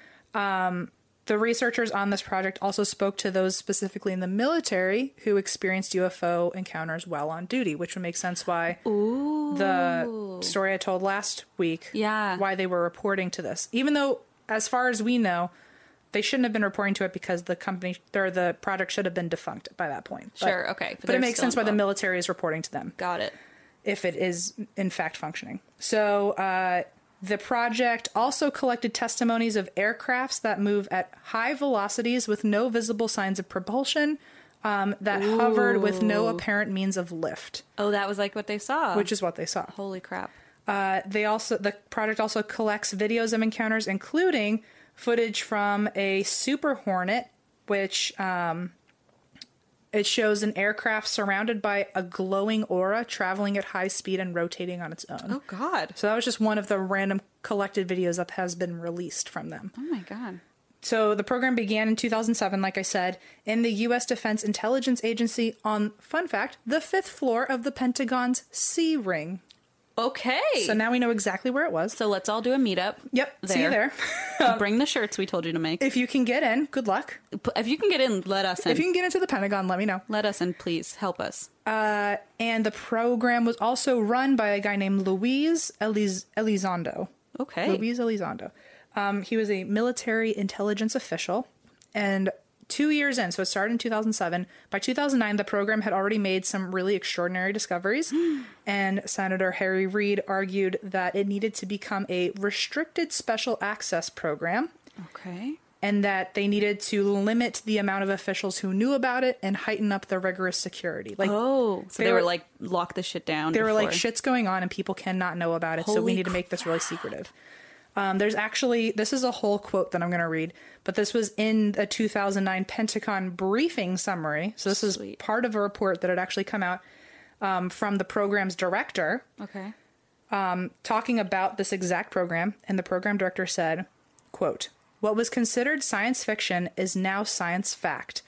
the researchers on this project also spoke to those specifically in the military who experienced UFO encounters while on duty, which would make sense why the story I told last week, Yeah. why they were reporting to this. Even though, as far as we know, they shouldn't have been reporting to it because the company or the project should have been defunct by that point. But- Sure, okay, but But, they're it makes still sense why the involved. military is reporting to them Got it. if it is in fact functioning. So uh, the project also collected testimonies of aircrafts that move at high velocities with no visible signs of propulsion, um, that hovered with no apparent means of lift, Oh, that was like what they saw. which is what they saw. holy crap. Uh, they also the project also collects videos of encounters, including footage from a Super Hornet, which um, it shows an aircraft surrounded by a glowing aura traveling at high speed and rotating on its own. Oh god. So that was just one of the random collected videos that has been released from them. Oh my god. So the program began in 2007, like I said, in the U.S. Defense Intelligence Agency on, fun fact, the fifth floor of the Pentagon's C ring. Okay. So So, now we know exactly where it was. so let's all do a meetup. Yep. See you there. Bring the shirts we told you to make. If you can get in, good luck. P- If you can get in, let us in. If you can get into the Pentagon, let me know. let us in, please help us. Uh, and the program was also run by a guy named Luis Eliz- Elizondo. Okay. Luis Elizondo. Um, he was a military intelligence official. And two years in, so it started in 2007. By 2009, the program had already made some really extraordinary discoveries. and Senator Harry Reid argued that it needed to become a restricted special access program Okay. and that they needed to limit the amount of officials who knew about it and heighten up the rigorous security. Like, Oh, so they, they were, were- like lock the shit down. they were like, before. shit's going on and people cannot know about it, so Holy we need to make this really secretive. Um, there's actually, this is a whole quote that I'm going to read, but this was in a 2009 Pentagon briefing summary. So this is Sweet. part of a report that had actually come out um, from the program's director Okay. talking about this exact program and the program director said quote what was considered science fiction is now science fact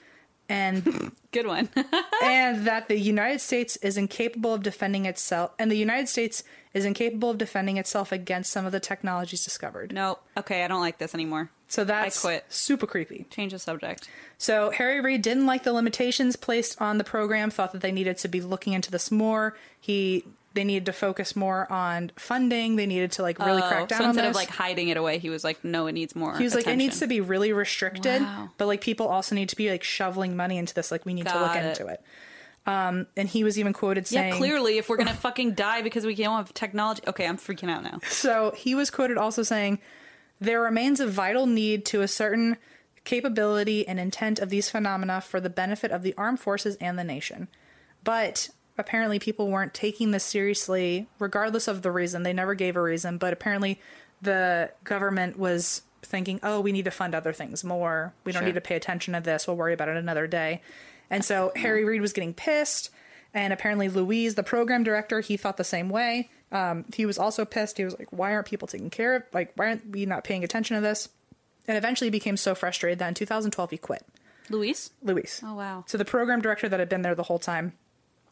and Good one. and that the united states is incapable of defending itself and the united states is incapable of defending itself against some of the technologies discovered no. Okay, I don't like this anymore. so that's quit. super creepy Change the subject. so Harry Reid didn't like the limitations placed on the program, thought that they needed to be looking into this more. He they needed to focus more on funding. They needed to like really Oh, crack down so on instead this. of like hiding it away, he was like, no, it needs more. he was like, it needs to be really restricted, Wow. but like people also need to be like shoveling money into this. Like we need to look Got it. into it. Um, and he was even quoted saying, Yeah, clearly, if we're gonna fucking die because we don't have technology. Okay, I'm freaking out now. So he was quoted also saying, There remains a vital need to a certain capability and intent of these phenomena for the benefit of the armed forces and the nation. But apparently, people weren't taking this seriously, regardless of the reason. They never gave a reason, but apparently, the government was thinking, Oh, we need to fund other things more. We don't Sure. need to pay attention to this. We'll worry about it another day. And so Harry Reid was getting pissed. And apparently, Louise, the program director, he thought the same way. Um, he was also pissed. He was like, "Why aren't people taking care of? Like, why aren't we not paying attention to this?" And eventually, became so frustrated that in 2012 he quit. Luis. Louise. Oh, wow. So the program director that had been there the whole time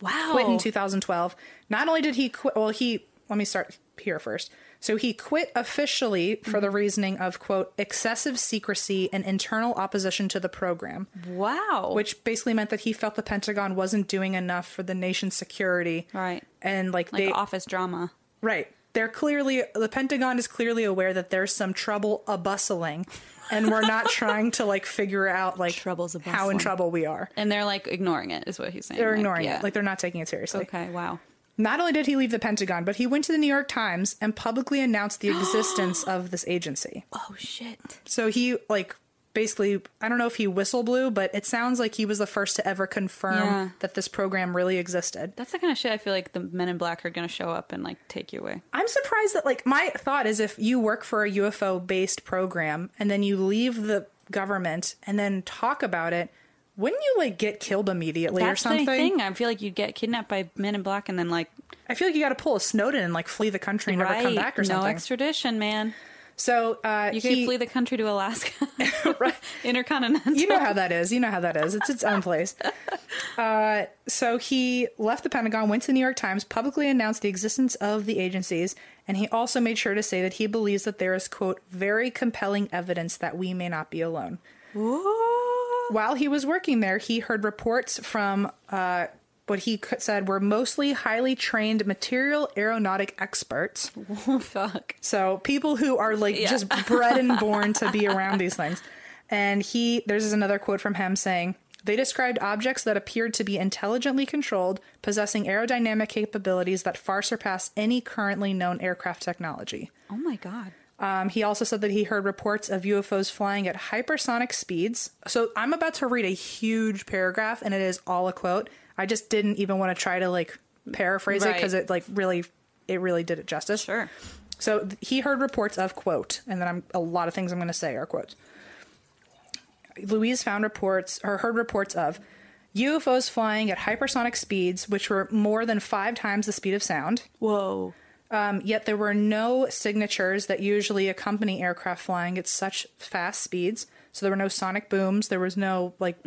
Wow. quit in 2012. Not only did he quit, well, he, let me start here first. So he quit officially for Mm-hmm. the reasoning of, quote, excessive secrecy and internal opposition to the program, Wow. which basically meant that he felt the Pentagon wasn't doing enough for the nation's security. Right. And like, like they, office drama. right. They're clearly, the Pentagon is clearly aware that there's some trouble a bustling and we're not trying to like figure out like Trouble's how in a-bustling. trouble we are. And they're like ignoring it, is what he's saying. They're ignoring yeah. it. Like they're not taking it seriously. okay, wow. Not only did he leave the Pentagon, but he went to the New York Times and publicly announced the existence of this agency. Oh shit. So he like basically I don't know if he whistle blew, but it sounds like he was the first to ever confirm Yeah. that this program really existed. That's the kind of shit I feel like the men in black are gonna show up and like take you away. I'm surprised that like my thought is if you work for a UFO based program and then you leave the government and then talk about it, wouldn't you like get killed immediately or That's the something? thing. I feel like you'd get kidnapped by men in black and then like I feel like you got to pull a Snowden and like flee the country and never right, come back or no something. extradition, man. So uh, You could he- flee the country to Alaska, intercontinental. you know how that is. You know how that is. It's its own place. Uh, so he left the Pentagon, went to the New York Times, publicly announced the existence of the agencies, and he also made sure to say that he believes that there is, quote, very compelling evidence that we may not be alone. While he was working there, he heard reports from uh, what he c- said were mostly highly trained material aeronautic experts. Oh, fuck. So people who are like just bred and born to be around these things. And he, there's another quote from him saying, they described objects that appeared to be intelligently controlled, possessing aerodynamic capabilities that far surpass any currently known aircraft technology. Oh my god. Um, he also said that he heard reports of UFOs flying at hypersonic speeds. So I'm about to read a huge paragraph, and it is all a quote. I just didn't even want to try to like paraphrase it Right. because it like really, it really did it justice. Sure. So th- he heard reports of quote, and then I'm, a lot of things I'm going to say are quotes. Louise found reports or heard reports of UFOs flying at hypersonic speeds, which were more than five times the speed of sound. Whoa. Um, yet there were no signatures that usually accompany aircraft flying at such fast speeds. So there were no sonic booms. There was no like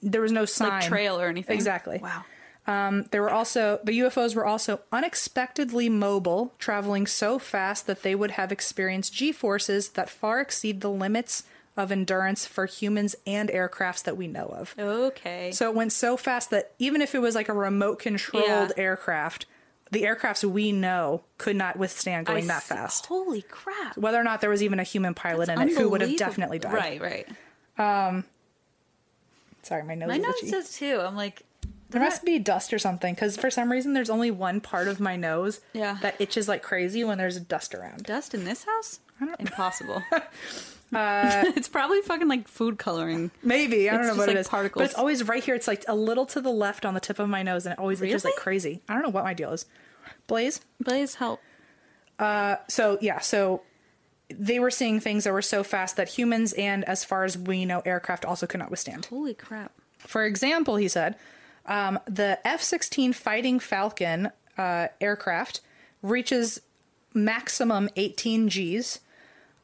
there was no sign trail or anything? Exactly. Wow. Um, there were also the UFOs were also unexpectedly mobile, traveling so fast that they would have experienced G forces that far exceed the limits of endurance for humans and aircrafts that we know of. Okay. So it went so fast that even if it was like a remote controlled Yeah. aircraft, the aircrafts we know could not withstand going that s- fast. Holy crap. Whether or not there was even a human pilot in it who would have Unbelievable. definitely died. Right, right. Sorry, my nose My is nose itchy. says too. I'm like, there must be dust or something because for some reason there's only one part of my nose Yeah. that itches like crazy when there's dust around. dust in this house? Impossible. Uh, it's probably fucking like food coloring. Maybe I don't It's know just what like it is, particles. but it's always right here. It's like a little to the left on the tip of my nose, and it always itches like Really? crazy. I don't know what my deal is. Blaze, Blaze help. so yeah, so they were seeing things that were so fast that humans and, as far as we know, aircraft also could not withstand. Holy crap. For example, he said, um, the F 16 Fighting Falcon uh, aircraft reaches maximum 18 Gs,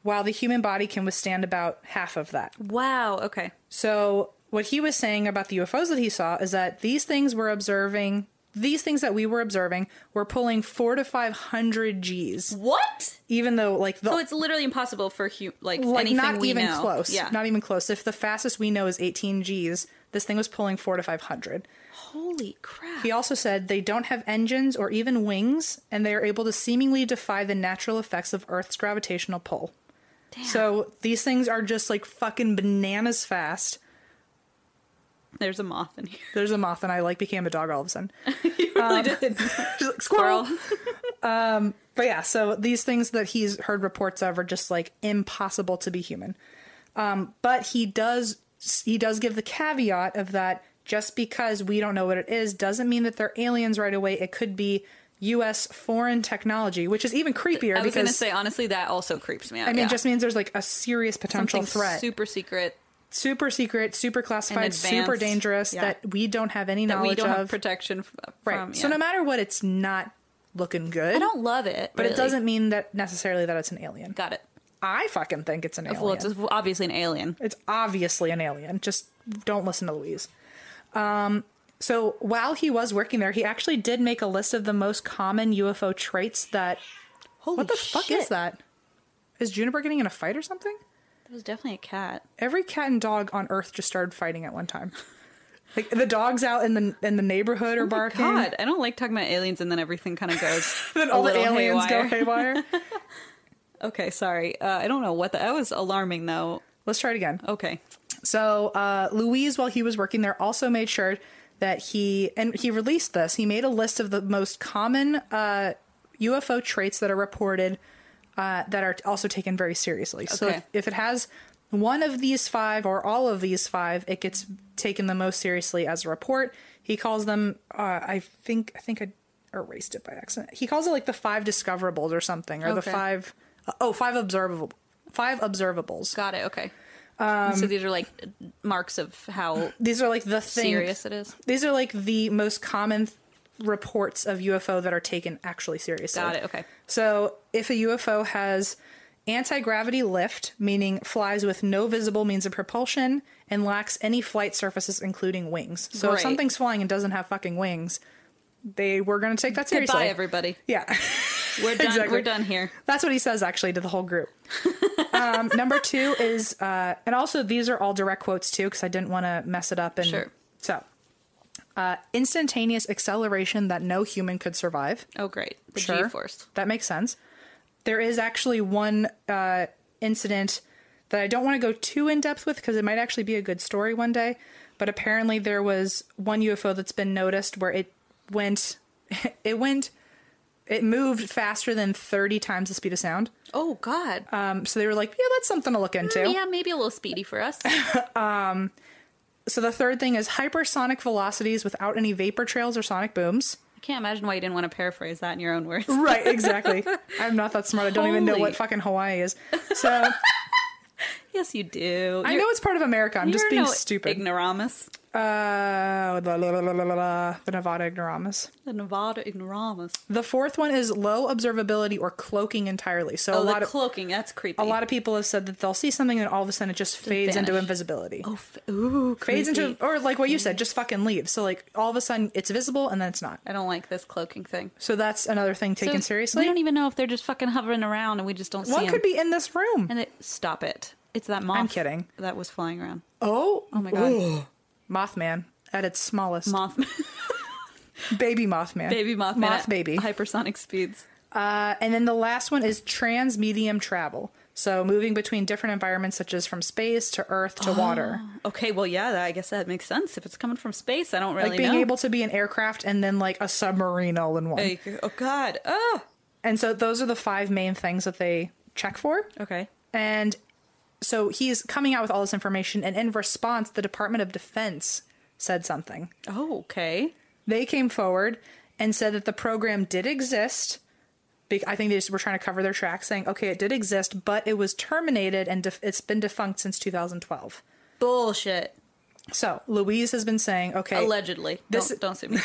while the human body can withstand about half of that. Wow. Okay. So what he was saying about the UFOs that he saw is that these things were observing these things that we were observing were pulling four to five hundred G's, What? even though like the So it's literally impossible for hu- like, like anything not we even know. close. Yeah. Not even close. If the fastest we know is 18 Gs, this thing was pulling four to 500. Holy crap. He also said they don't have engines or even wings, and they are able to seemingly defy the natural effects of Earth's gravitational pull. So these things are just like fucking bananas fast. There's a moth in here. There's a moth, and I like became a dog all of a sudden. you really did. Um, Just like, squirrel. um, but yeah, so these things that he's heard reports of are just like impossible to be human. Um, but he does he does give the caveat of that just because we don't know what it is doesn't mean that they're aliens right away. It could be U.S. foreign technology, which is even creepier I was going to because say, honestly, that also creeps me out. I mean, yeah. it just means there's like a serious potential something threat, super secret super secret, super classified, super advanced, dangerous yeah. that we don't have any that knowledge we don't of. have protection f- from. right. So yeah. no matter what, it's not looking good. I don't love it, But really. it doesn't mean that necessarily that it's an alien. Got it. I fucking think it's an alien. Well, it's just obviously an alien. It's obviously an alien. Just don't listen to Louise. Um, so while he was working there, he actually did make a list of the most common UFO traits that. Holy what the fuck is that? Is Juniper getting in a fight or something? That was definitely a cat. Every cat and dog on Earth just started fighting at one time. Like the dogs out in the in the neighborhood are barking. Oh God, I don't like talking about aliens, and then everything kind of goes. a Then all the little aliens haywire. go haywire. Okay, sorry. Uh, I don't know what the, that was alarming though. Let's try it again. Okay, So uh, Louise, while he was working there, also made sure that he and he released this. He made a list of the most common uh, UFO traits that are reported uh, that are also taken very seriously. So Okay. if, if it has one of these five or all of these five, it gets taken the most seriously as a report. He calls them. Uh, I think. I think I erased it by accident. He calls it like the five discoverables or something, or the Okay. five oh five observable five observables. got it. Okay. so these are like marks of how These are like the things. serious it is. These are like the most common th- reports of UFO that are taken actually seriously. Got it. Okay. So if a UFO has Anti gravity lift, meaning flies with no visible means of propulsion and lacks any flight surfaces, including wings. So if Great. something's flying and doesn't have fucking wings, they were going to take that seriously. Goodbye, everybody. Yeah. We're done. Exactly. We're done here. That's what he says actually to the whole group. um, number two is, uh, and also these are all direct quotes too, because I didn't want to mess it up. And Sure. so, uh, instantaneous acceleration that no human could survive. Oh, great. The G force. That makes sense. There is actually one uh, incident that I don't want to go too in depth with because it might actually be a good story one day. But apparently, there was one UFO that's been noticed where it went, it went, it moved faster than 30 times the speed of sound. Oh, God. Um, so they were like, yeah, that's something to look into. Mm, yeah, maybe a little speedy for us. So the third thing is hypersonic velocities without any vapor trails or sonic booms. I can't imagine why you didn't want to paraphrase that in your own words. Right, exactly. I'm not that smart. I don't even know Holy. what fucking Hawaii is. So. Yes, you do. I know it's part of America. I'm just being stupid. Ignoramus. uh, la, la, la, la, la, la, la, the Nevada ignoramus. The Nevada ignoramus. The fourth one is low observability or cloaking entirely. So Oh, a lot the of cloaking. That's creepy. a lot of people have said that they'll see something and all of a sudden it just fades into vanish. invisibility. Oh, f- ooh, fades into creepy. or like what you said, just fucking leaves. So like all of a sudden it's visible and then it's not. I don't like this cloaking thing. So that's another thing taken So seriously. We don't even know if they're just fucking hovering around and we just don't see One them. could be in this room. And it, stop it. It's that moth. kidding. That was flying around. oh, Oh my god. Mothman at its smallest. Moth. baby Mothman. baby moth. Moth baby. Hypersonic speeds. Uh, and then the last one is trans medium travel. So moving between different environments, such as from space to Earth to water, Okay, well, yeah, that, I guess that makes sense. If it's coming from space, I don't really like being know. able to be an aircraft and then like a submarine all in one. Like, oh god. Oh. And so those are the five main things that they check for. Okay. And so he's coming out with all this information, and in response, the Department of Defense said something. Oh, okay. They came forward and said that the program did exist. Be- I think they just were trying to cover their tracks, saying, "Okay, it did exist, but it was terminated and def- it's been defunct since 2012." Bullshit. So Louise has been saying, "Okay, Allegedly. This- don't, don't sue me.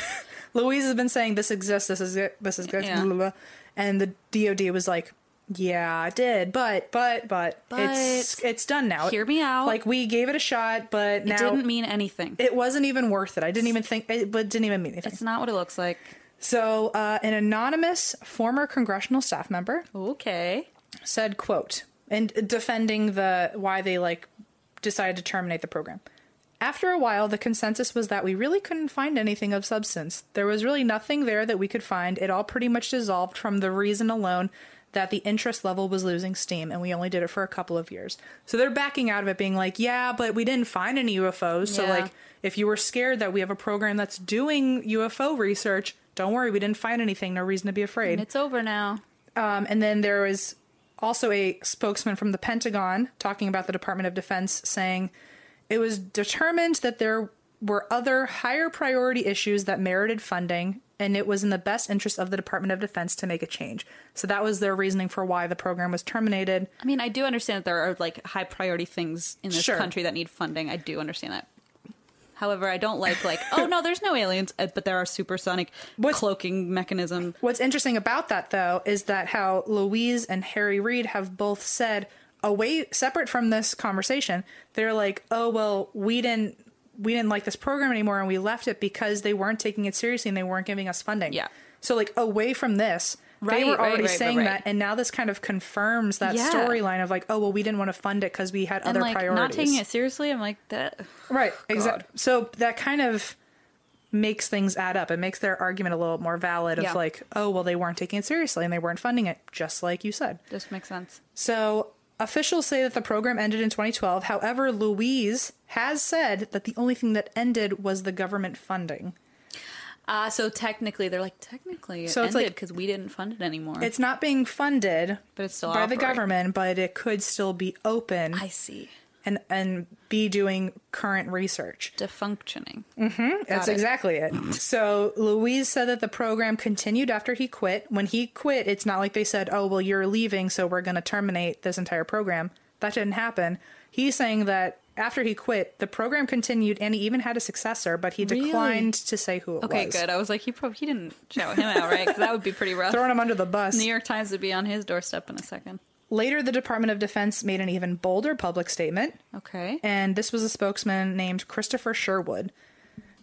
Louise has been saying this exists. This is it. This is good." Yeah. blah, blah, blah. And the DoD was like, "Yeah, it did, but but but, it's it's done now. Hear me out. Like we gave it a shot, but now it didn't mean anything. it wasn't even worth it. I didn't even think it, but it didn't even mean anything." It's not what it looks like. So, uh, an anonymous former congressional staff member Okay. said, "quote," and defending the why they like decided to terminate the program. After a while, the consensus was that we really couldn't find anything of substance. There was really nothing there that we could find. It all pretty much dissolved from the reason alone that the interest level was losing steam, and we only did it for a couple of years. So they're backing out of it, being like, "Yeah, but we didn't find any UFOs. So Yeah. like, if you were scared that we have a program that's doing UFO research." Don't worry, we didn't find anything. No reason to be afraid. And it's over now. Um, and then there was also a spokesman from the Pentagon talking about the Department of Defense saying it was determined that there were other higher priority issues that merited funding, and it was in the best interest of the Department of Defense to make a change. So that was their reasoning for why the program was terminated. I mean, I do understand that there are like high priority things in this Sure. country that need funding. I do understand that. However, I don't like like oh no, there's no aliens, uh, but there are supersonic What's- cloaking mechanism. What's interesting about that, though, is that how Louise and Harry Reid have both said, away separate from this conversation, they're like, "Oh well, we didn't." We didn't like this program anymore, and we left it because they weren't taking it seriously and they weren't giving us funding. Yeah. So, like, away from this, they Right, were right, already right, right, saying right. that, and now this kind of confirms that Yeah. storyline of like, oh well, we didn't want to fund it because we had And other like priorities. not taking it seriously, I'm like that. Right. Oh, God. Exactly. So that kind of makes things add up. It makes their argument a little more valid of Yeah. like, oh, well, they weren't taking it seriously and they weren't funding it, just like you said. Just makes sense. So officials say that the program ended in 2012. However, Louise has said that the only thing that ended was the government funding. Uh, so technically, they're like technically it So it's ended like- because we didn't fund it anymore. It's not being funded But it's still by the operating. government, but it could still be open I see and and be doing current research. defunctioning. That's exactly it. So Louise said that the program continued after he quit. When he quit, it's not like they said, "Oh, well, you're leaving, so we're going to terminate this entire program." That didn't happen. He's saying that after he quit, the program continued, and he even had a successor, but he Really? declined to say who it Okay, was. good. I was like, he probably he didn't shout him out, right? 'Cause that would be pretty rough. Throwing him under the bus. New York Times would be on his doorstep in a second. Later, the Department of Defense made an even bolder public statement, Okay. and this was a spokesman named Christopher Sherwood.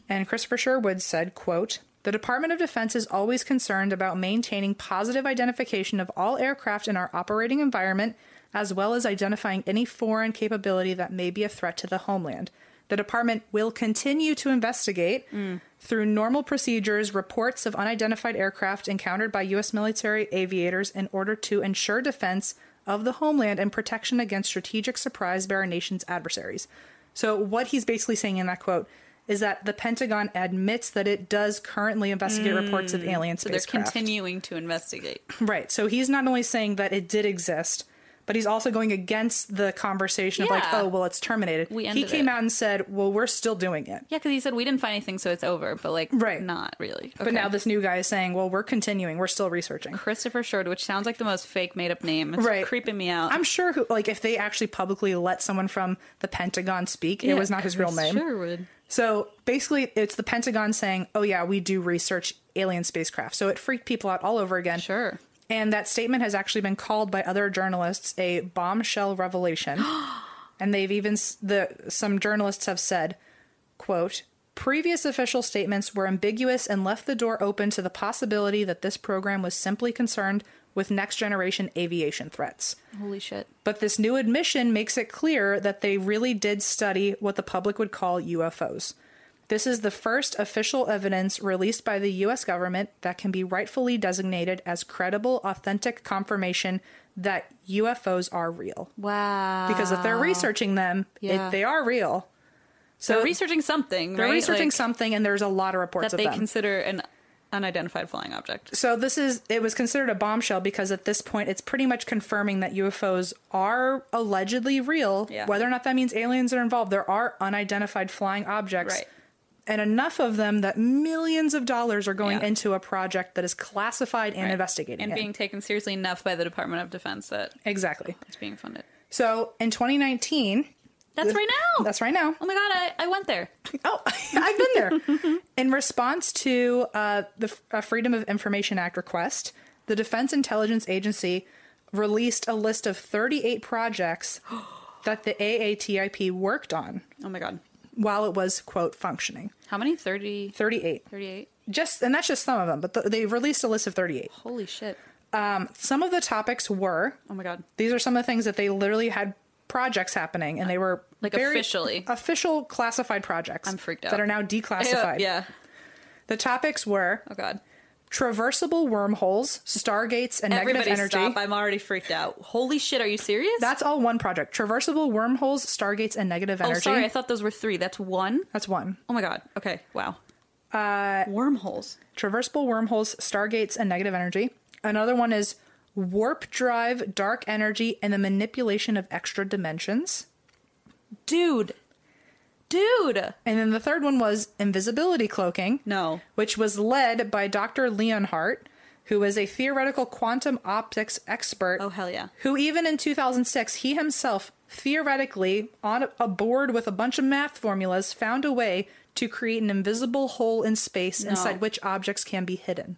And Christopher Sherwood said, quote, the Department of Defense is always concerned about maintaining positive identification of all aircraft in our operating environment, as well as identifying any foreign capability that may be a threat to the homeland. The department will continue to investigate through normal procedures reports of unidentified aircraft encountered by U.S. military aviators in order to ensure defense of the homeland and protection against strategic surprise by our nation's adversaries. So, what he's basically saying in that quote is that the Pentagon admits that it does currently investigate reports of alien Mm. So they're spacecraft. continuing to investigate. right. So he's not only saying that it did exist, but he's also going against the conversation of like, Yeah. oh, well, it's terminated. We he ended came it. out and said, well, we're still doing it. Yeah, because he said we didn't find anything, so it's over. But like, Right. not really. But now this new guy is saying, well, we're continuing. We're still researching. Christopher Short, which sounds like the most fake made up name. It's Right. creeping me out. I'm sure, who, like, if they actually publicly let someone from the Pentagon speak, it was not his real name. Sherwood. So basically, it's the Pentagon saying, oh, yeah, we do research alien spacecraft. So it freaked people out all over again. Sure. And that statement has actually been called by other journalists a bombshell revelation. and they've even s- the some journalists have said, quote, previous official statements were ambiguous and left the door open to the possibility that this program was simply concerned with next generation aviation threats. Holy shit. But this new admission makes it clear that they really did study what the public would call UFOs. This is the first official evidence released by the US government that can be rightfully designated as credible, authentic confirmation that UFOs are real. Wow. Because if they're researching them, Ah. Yeah. it, they are real. So they're researching something, they're right? researching Like, something, and there's a lot of reports that of they them. consider an unidentified flying object. so this is it was considered a bombshell because at this point it's pretty much confirming that UFOs are allegedly real. Yeah. Whether or not that means aliens are involved, there are unidentified flying objects. Right. And enough of them that millions of dollars are going Yeah. into a project that is classified and Right. investigating and it. being taken seriously enough by the Department of Defense that exactly. it's being funded. So in 2019, That's This- right now. that's right now. Oh my god, I, I went there. Oh, I've been there. In response to uh, the F- uh, Freedom of Information Act request, the Defense Intelligence Agency released a list of 38 projects that the AATIP worked on Oh my god. while it was, quote, functioning. How many? 30, 38. 38? Just, and that's just some of them, but th- they released a list of 38. Holy shit. Um, some of the topics were Oh my god. these are some of the things that they literally had projects happening and they were Like very officially. official classified projects I'm freaked out. that are now Yeah, declassified yeah. the topics were Oh god. traversable wormholes, stargates, and Everybody negative energy. stop. I'm already freaked out. Holy shit, are you serious? That's all one project. Traversable wormholes, stargates, and negative Oh energy. sorry, I thought those were 3. That's 1. That's one. Oh my god. Okay. Wow. Uh wormholes. Traversable wormholes, stargates, and negative energy. Another one is warp drive, dark energy, and the manipulation of extra dimensions. Dude. Dude. And then the third one was invisibility cloaking. No. Which was led by Dr. Leonhardt, who is a theoretical quantum optics expert. Oh, hell yeah. Who even in 2006, he himself theoretically on a board with a bunch of math formulas found a way to create an invisible hole in space inside which objects can be hidden.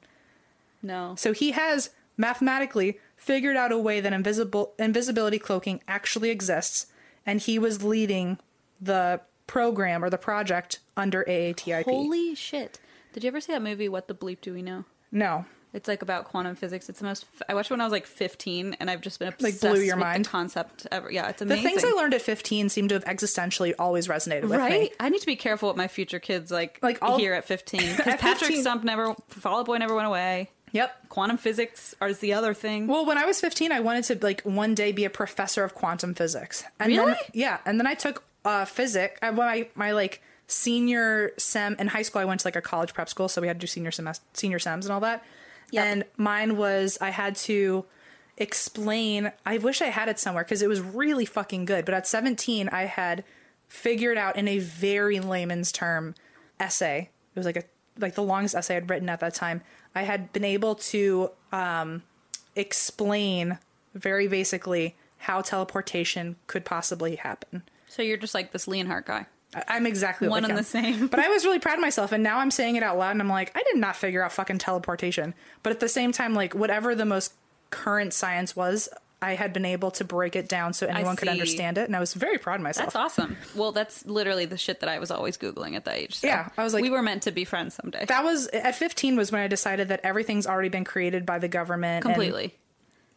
No. So he has mathematically figured out a way that invisible invisibility cloaking actually exists, and he was leading the program or the project under AATIP. Holy shit. Did you ever see that movie What the bleep do we know? no. It's like about quantum physics. It's the most I watched it when I was like 15 and I've just been blew obsessed your with mind? the concept ever. Yeah, it's The amazing. things I learned at 15 seem to have existentially always resonated with Right, me. I need to be careful with my future kids like Like, like all- here at fifteen because At Patrick 15 Stump never, Fall Out Boy never went away. Yep. Quantum physics is the other thing. Well, when I was 15, I wanted to like one day be a professor of quantum physics. And Then, Really? yeah. And then I took uh, physics. I, when I, my like senior sem in high school, I went to like a college prep school, so we had to do senior semester, senior sems and all that. And mine was I had to explain. I wish I had it somewhere because it was really fucking good. But at 17, I had figured out in a very layman's term essay. It was like a like the longest essay I'd written at that time. I had been able to um, explain very basically how teleportation could possibly happen. so you're just like this Leonhardt guy. I- I'm exactly One like and him. the same. but I was really proud of myself, and now I'm saying it out loud, and I'm like, I did not figure out fucking teleportation. But at the same time, like whatever the most current science was I had been able to break it down so anyone could see. understand it, and I was very proud of myself. That's awesome. Well, that's literally the shit that I was always Googling at that age. so Yeah, I was like- we were meant to be friends someday. That was at 15 was when I decided that everything's already been created by the government. and- Completely.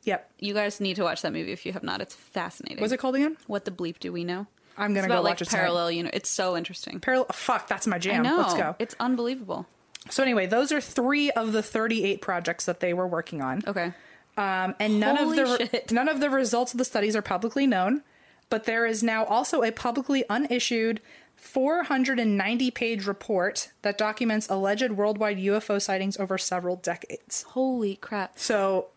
yep. you guys need to watch that movie if you have not. It's fascinating. What's it called again? What the bleep do we know? I'm it's gonna go about, watch like it tonight. parallel. You know, it's so interesting. Parallel. Fuck, that's my I jam. know. Let's go. It's unbelievable. So anyway, those are three of the 38 projects that they were working on. Okay. Um, and none Holy of the shit. none of the results of the studies are publicly known, but there is now also a publicly unissued 490 page report that documents alleged worldwide UFO sightings over several decades. Holy Um, crap. So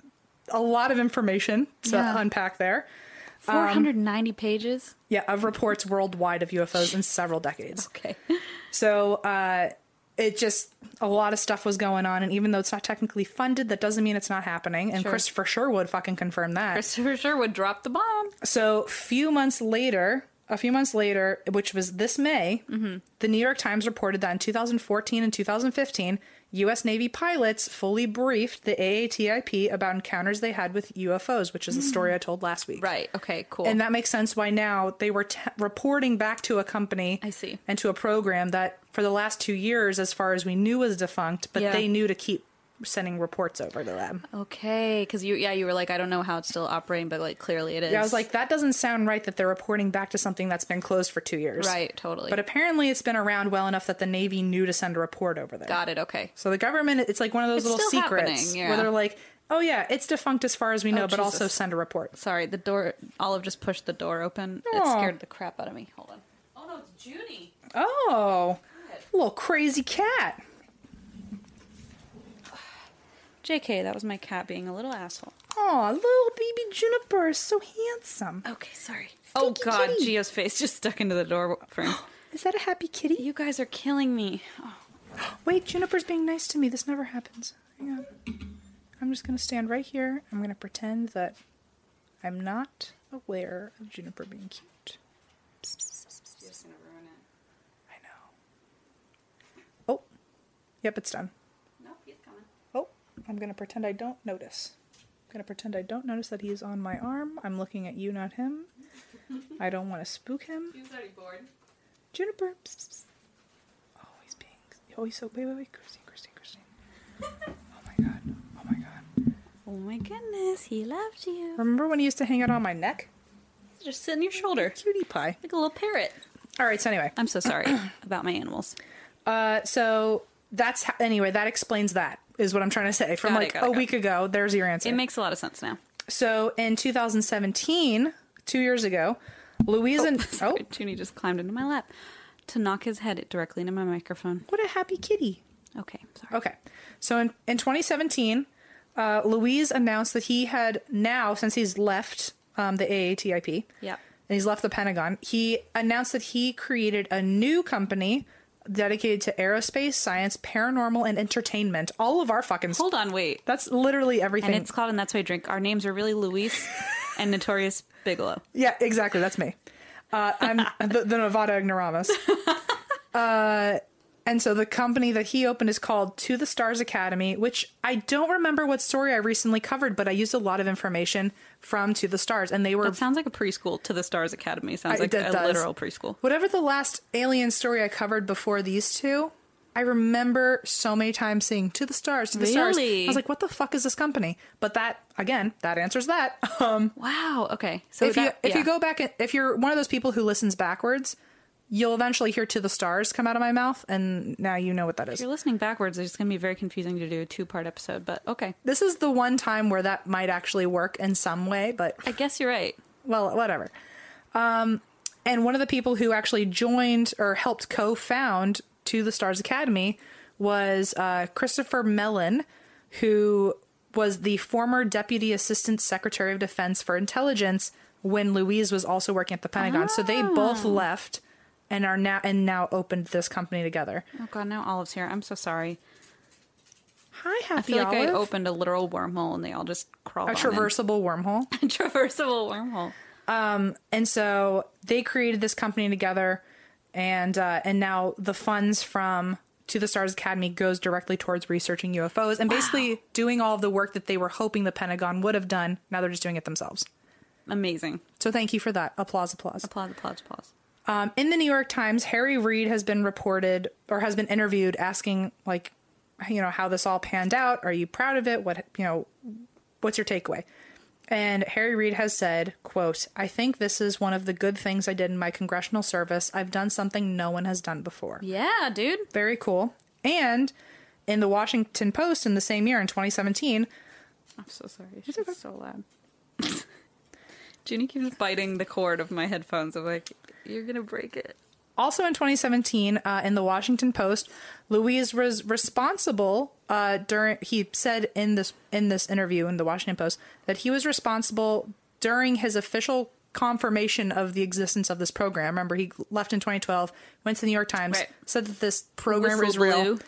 a lot of information to Yeah. unpack there. 490 pages. Yeah, of reports worldwide of UFOs in several decades. Okay. So uh, it just a lot of stuff was going on, and even though it's not technically funded, that doesn't mean it's not happening. And Christopher Sherwood fucking confirmed that. Christopher Sherwood dropped the bomb. so few months later, a few months later, which was this May, the New York Times reported that in 2014 and 2015, U.S. Navy pilots fully briefed the AATIP about encounters they had with UFOs, which is the story I told last week. Right. Okay. Cool. And that makes sense why now they were t- reporting back to a company I see. and to a program that for the last two years, as far as we knew, was defunct, but Yeah. Oh, they knew to keep sending reports over to them. okay. Because you, yeah, you were like, I don't know how it's still operating, but like clearly it is. I was like, that doesn't sound right that they're reporting back to something that's been closed for two years. right, totally. But apparently it's been around well enough that the Navy knew to send a report over there. got it. Okay. So the government, it's like one of those It's little still secrets happening, yeah. Oh, where they're like, oh yeah, it's defunct as far as we know, but also Jesus. send a report. Sorry, the door. Olive just pushed the door open. It Aw. scared the crap out of me. Hold on. Oh no, it's Junie. Oh, little crazy cat. JK, that was my cat being a little asshole. Oh, little baby Juniper is so handsome. Okay, sorry. oh Stinky god, kitty. Gio's face just stuck into the door frame. Is that a happy kitty? you guys are killing me. Wait, Juniper's being nice to me. This never happens. Hang on. I'm just going to stand right here. I'm going to pretend that I'm not aware of Juniper being cute. I know. Oh. Yep, it's done. Oh, I'm going to pretend I don't notice. I'm going to pretend I don't notice that he's on my arm. I'm looking at you, not him. I don't want to spook him. Juniper. Psst, psst, psst. Oh, he's being. Oh, he's so. Wait, wait, wait. Christine, Christine, Christine. oh my god. Oh my god. Oh my goodness, he loved you. Remember when he used to hang out on my neck? Just sit on your shoulder. Cutie pie. Like a little parrot. All right. So anyway, I'm so sorry about my animals. uh, so that's how, anyway. That explains that is what I'm trying to say. From Got it, like got it, a got week ago, there's your answer. It makes a lot of sense now. so in 2017, two years ago, Louisa. Oh, Sorry, Junie just climbed into my lap to knock his head directly into my microphone. what a happy kitty. Okay, sorry. Okay. So in, in 2017, uh, Louise announced that he had now, since he's left um, the AATIP, Yep. and he's left the Pentagon, he announced that he created a new company dedicated to aerospace, science, paranormal, and entertainment. All of our fucking. Hold on, wait. That's literally everything. And it's called And That's Why I Drink. Our names are really Luis and Notorious Bigelow. Yeah, exactly. That's me. Uh, I'm the, the Nevada ignoramus. Uh, and so the company that he opened is called To the Stars Academy, which I don't remember what story I recently covered, but I used a lot of information from To the Stars, and they were It sounds like a preschool to the Stars Academy. Sounds I- like that a does. literal preschool. Whatever the last alien story I covered before these two, I remember so many times saying to the stars, to the stars. Really? I was like, what the fuck is this company? But that again, that answers that. Um, Wow. Okay. So if that- you if yeah. you go back, and- if you're one of those people who listens backwards, you'll eventually hear to the stars come out of my mouth, and now you know what that If is. you're listening backwards, it's going to be very confusing to do a two part episode, but okay. This is the one time where that might actually work in some way, but I guess you're right. well, whatever. Um, and one of the people who actually joined or helped co-found to the Stars Academy was uh, Christopher Mellon, who was the former deputy assistant secretary of defense for intelligence when Louise was also working at the Pentagon. So they both left and are now and now opened this company together. Oh, God, now Olive's here. I'm so sorry. Hi, I Happy feel like I Olive. opened a literal wormhole and they all just crawled a on in. traversable wormhole. traversable wormhole. and so they created this company together and uh, and now the funds from to the stars academy goes directly towards researching ufos and basically doing all of the work that they were hoping the pentagon would have done now they're just doing it themselves amazing. So thank you for that. Applause, applause. Applause, applause, applause. Um, in the New York Times, Harry Reid has been reported or has been interviewed asking, like, you know, how this all panned out. Are you proud of it? What, you know, what's your takeaway? And Harry Reid has said, quote, I think this is one of the good things I did in my congressional service. I've done something no one has done before. Yeah, dude. Very cool. And in the Washington Post in the same year, in 2017, I'm so sorry. She's so loud. Junie keeps biting the cord of my headphones. I'm like, you're gonna break it. also in 2017 uh, in the washington post louise was responsible uh, during he said in this in this interview in the washington post that he was responsible during his official confirmation of the existence of this program remember he left in 2012 went to the new york times Right. said that this program Whistle is real blew.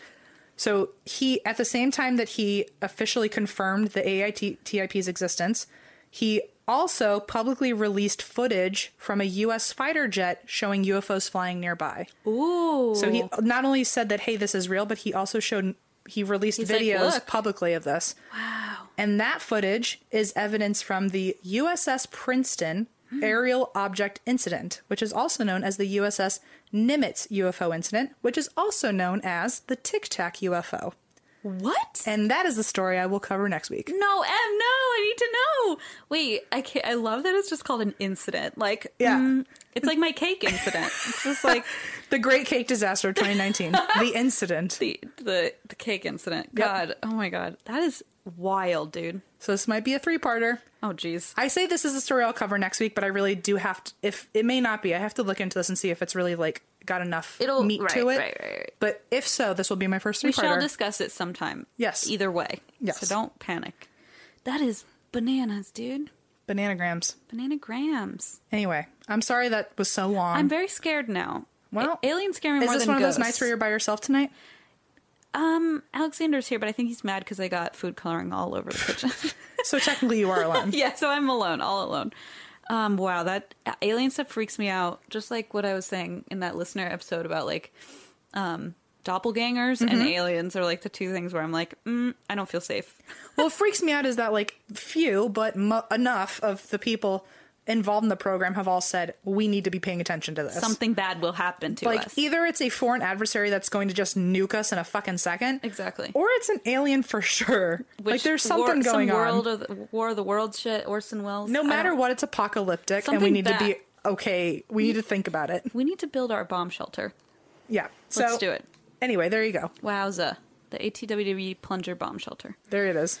so he, at the same time that he officially confirmed the AITIP's existence, he also publicly released footage from a U.S. fighter jet showing UFOs flying nearby. Ooh. So he not only said that, hey, this is real, but he also showed, he released like, videos "Look." publicly of this. Wow. And that footage is evidence from the USS Princeton Hmm. Aerial Object Incident, which is also known as the USS Nimitz UFO Incident, which is also known as the Tic Tac UFO. what? And that is the story I will cover next week. No, Em, no, I need to know. Wait, I can't, I love that it's just called an incident. Like, mm, Yeah. it's like my cake incident. it's just like The Great Cake Disaster of 2019, the incident. the the, the cake incident. God, oh my god, that is wild, dude. So this might be a three parter. Oh jeez. I say this is a story I'll cover next week, but I really do have to. If it may not be, I have to look into this and see if it's really like got enough It'll- meat right, to it. right, right, right. But if so, this will be my first We three shall parter. discuss it sometime. Yes. Either way. Yes. So don't panic. That is bananas, dude. Bananagrams. Banana grams. Anyway, I'm sorry that was so long. I'm very scared now. Well, A- aliens scare me is more this than one ghosts. of those nights where you're by yourself tonight? Um, Alexander's here, but I think he's mad because I got food coloring all over the kitchen. So technically, you are alone. yeah, so I'm alone, all alone. Um, wow, that alien stuff freaks me out. Just like what I was saying in that listener episode about like um, doppelgangers Mm-hmm. and aliens are like the two things where I'm like, mm, I don't feel safe. well, what freaks me out is that like few, but mo- enough of the people involved in the program have all said we need to be paying attention to this. Something bad will happen to like e-, us. either it's a foreign adversary that's going to just nuke us in a fucking second, Exactly. or it's an alien for sure. like there's something war, going some on. World of the, War of the World shit, Orson Welles. I no don't- matter what, it's apocalyptic, and we Something need to be bad. okay. We need to think about it. we need to build our bomb shelter. Yeah. So Let's do it. Anyway, there you go. Wowza. The ATWW E plunger bomb shelter. There it is.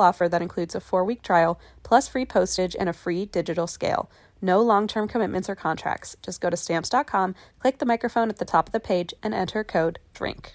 offer that includes a four week trial, plus free postage and a free digital scale. No long term commitments or contracts. Just go to stamps.com, click the microphone at the top of the page, and enter code DRINK.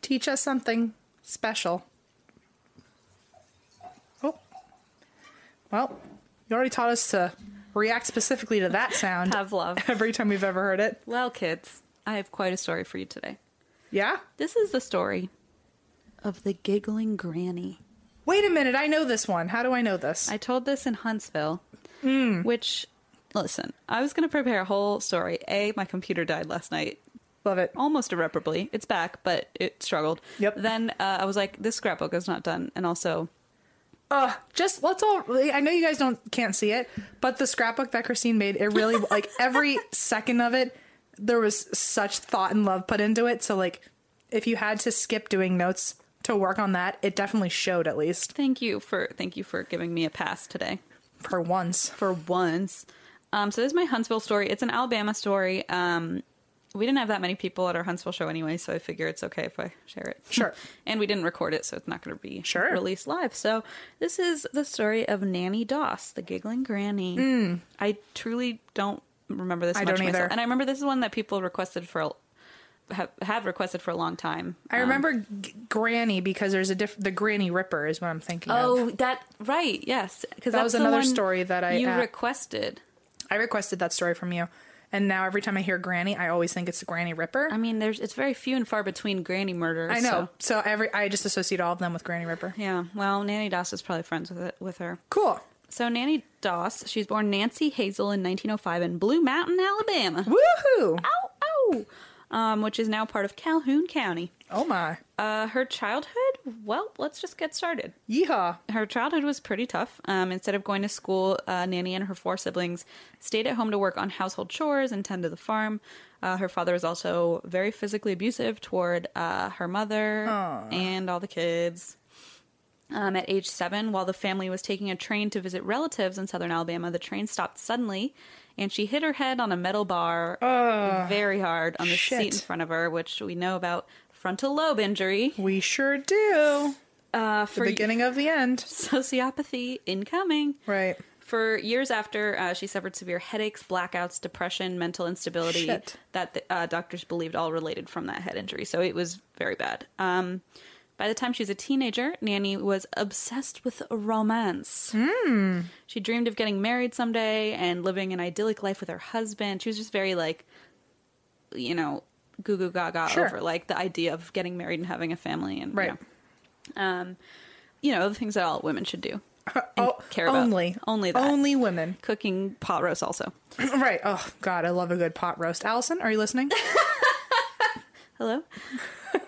Teach us something special. Oh. Well, you already taught us to react specifically to that sound Pavlov. every time we've ever heard it. Well, kids, I have quite a story for you today. Yeah? This is the story of the giggling granny. Wait a minute, I know this one. How do I know this? I told this in Huntsville, which, listen, I was going to prepare a whole story. A, my computer died last night, Love it. almost irreparably. It's back, but it scruggled. Yep. Then uh, I was like, this scrapbook is not done. And also, Uh, just let's all I know you guys don't can't see it, but the scrapbook that Christine made, it really like every second of it, there was such thought and love put into it. So like if you had to skip doing notes to work on that, it definitely showed at least thank you for thank you for giving me a pass today. for once. for once. Um, so this is my Huntsville story. It's an Alabama story. Um, we didn't have that many people at our Huntsville show anyway, so I figure it's okay if I share it. Sure. and we didn't record it, so it's not going to be Sure. released live. So this is the story of Nanny Doss, the giggling granny. I truly don't remember this Mm. I much don't myself, either. and I remember this is one that people requested for a, have, have requested for a long time. I remember g- Granny because there's a diff- the Granny Ripper is what I'm thinking of. Oh, that right, yes, because That was another story that I, you uh, requested. I requested that story from you, and now every time I hear Granny, I always think it's the Granny Ripper. I mean, there's it's very few and far between granny murders. I so- know. So. every I just associate all of them with Granny Ripper. Yeah. Well, Nanny Doss is probably friends with it, with her. Cool. So Nanny Doss, she's born Nancy Hazel in 1905 in Blue Mountain, Alabama. Woohoo! Ow, ow. Um, which is now part of Calhoun County. Oh my. Uh, her childhood? Well, let's just get started. Yeehaw. Her childhood was pretty tough. Um, instead of going to school, uh, Nanny and her four siblings stayed at home to work on household chores and tend to the farm. Uh, her father was also very physically abusive toward uh, her mother and all the kids. Um, at age seven, while the family was taking a train to visit relatives in southern Alabama, the train stopped suddenly and she hit her head on a metal bar very hard on the shit. seat in front of her, which we know about frontal lobe injury. We sure do. Uh, The for beginning of the end. sociopathy incoming. Right. For years after, uh, she suffered severe headaches, blackouts, depression, mental instability Shit. that the, uh, doctors believed all related from that head injury. So it was very bad. Um, by the time she was a teenager, Nanny was obsessed with romance. Hmm. She dreamed of getting married someday and living an idyllic life with her husband. She was just very like, you know, goo goo gaga Sure. over like the idea of getting married and having a family and you Right. know um, you know, the things that all women should do. and Oh, care about. only. Only that. Only women. Cooking pot roast also. right. Oh, God. I love a good pot roast. Allison, are you listening? Hello?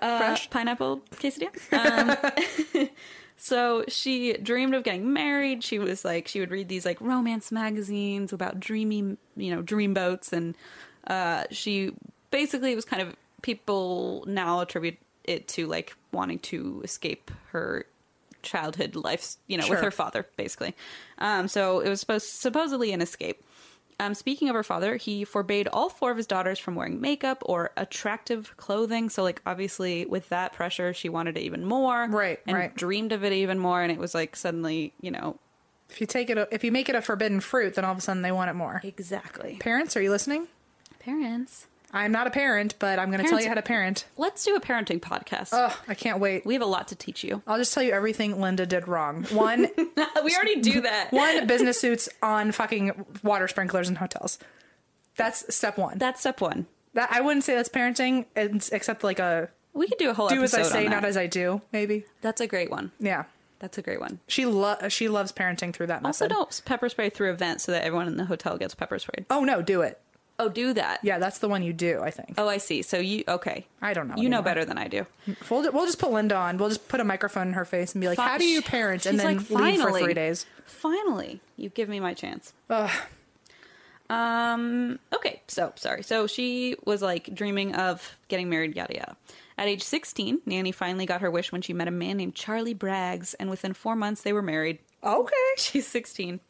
Uh, Pineapple quesadilla. Um, so she dreamed of getting married. She was like, she would read these like romance magazines about dreamy, you know, dream boats. And uh, she basically was kind of, people now attribute it to like wanting to escape her childhood life, you know, Sure. with her father, basically. Um, so it was supposed supposedly an escape. Um, speaking of her father, he forbade all four of his daughters from wearing makeup or attractive clothing. So, like, obviously, with that pressure, she wanted it even more, Right, And right. dreamed of it even more, and it was like suddenly, you know, if you take it, a- if you make it a forbidden fruit, then all of a sudden they want it more. exactly. Parents, are you listening? Parents, I'm not a parent, but I'm going to tell Parents- you how to parent. let's do a parenting podcast. Oh, I can't wait. we have a lot to teach you. I'll just tell you everything Linda did wrong. One, we already do that. one business suits on fucking water sprinklers in hotels. That's step one. That's step one. That I wouldn't say that's parenting, it's- except like a We could do a whole do as I episode say, on that. not as I do. Maybe. That's a great one. Yeah. That's a great one. She lo- she loves parenting through that Also, method. don't pepper spray through events so that everyone in the hotel gets pepper sprayed. oh no, do it. Oh, do that. Yeah, that's the one you do. I think. Oh, I see. So you okay? I don't know You know anymore. better than I do. We'll, ju- we'll just put Linda on. We'll just put a microphone in her face and be like, Fi- "How do you parent?" And She's then like, leave for "Finally." three days. Finally, you give me my chance. Ugh. Um. Okay. So sorry. So she was like dreaming of getting married. Yada yada. At age sixteen, Nanny finally got her wish when she met a man named Charlie Braggs, and within four months they were married. Okay, She's sixteen.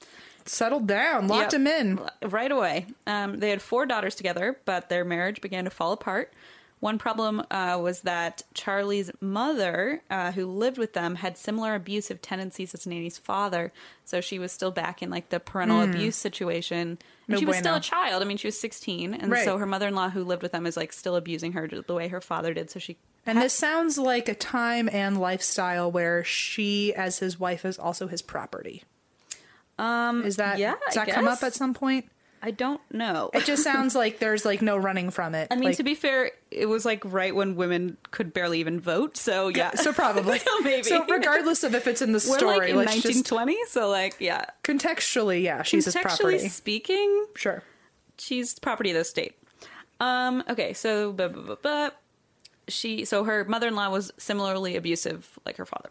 settled down. Locked Yep. him in. right away. Um, they had four daughters together, but their marriage began to fall apart. One problem uh, was that Charlie's mother, uh, who lived with them, had similar abusive tendencies as Nanny's father, so she was still back in like the parental abuse situation. And Hmm. No she was still bueno. a child. I mean, she was sixteen, and Right. so her mother-in-law, who lived with them, is like still abusing her just the way her father did. So she And this sounds like a time and lifestyle where she, as his wife, is also his property. Um, is that yeah, Does I that come up guess. at some point? I don't know. It just sounds like there's like no running from it. I mean, Like- to be fair, it was like right when women could barely even vote. So yeah, so probably So maybe. So regardless of if it's in the story, We're like let's in just 1920, so like yeah. contextually, yeah, she's his Contextually property. speaking, Sure. she's property of the state. Um, okay, so blah, blah, blah, blah. she, so her mother-in-law was similarly abusive, like her father.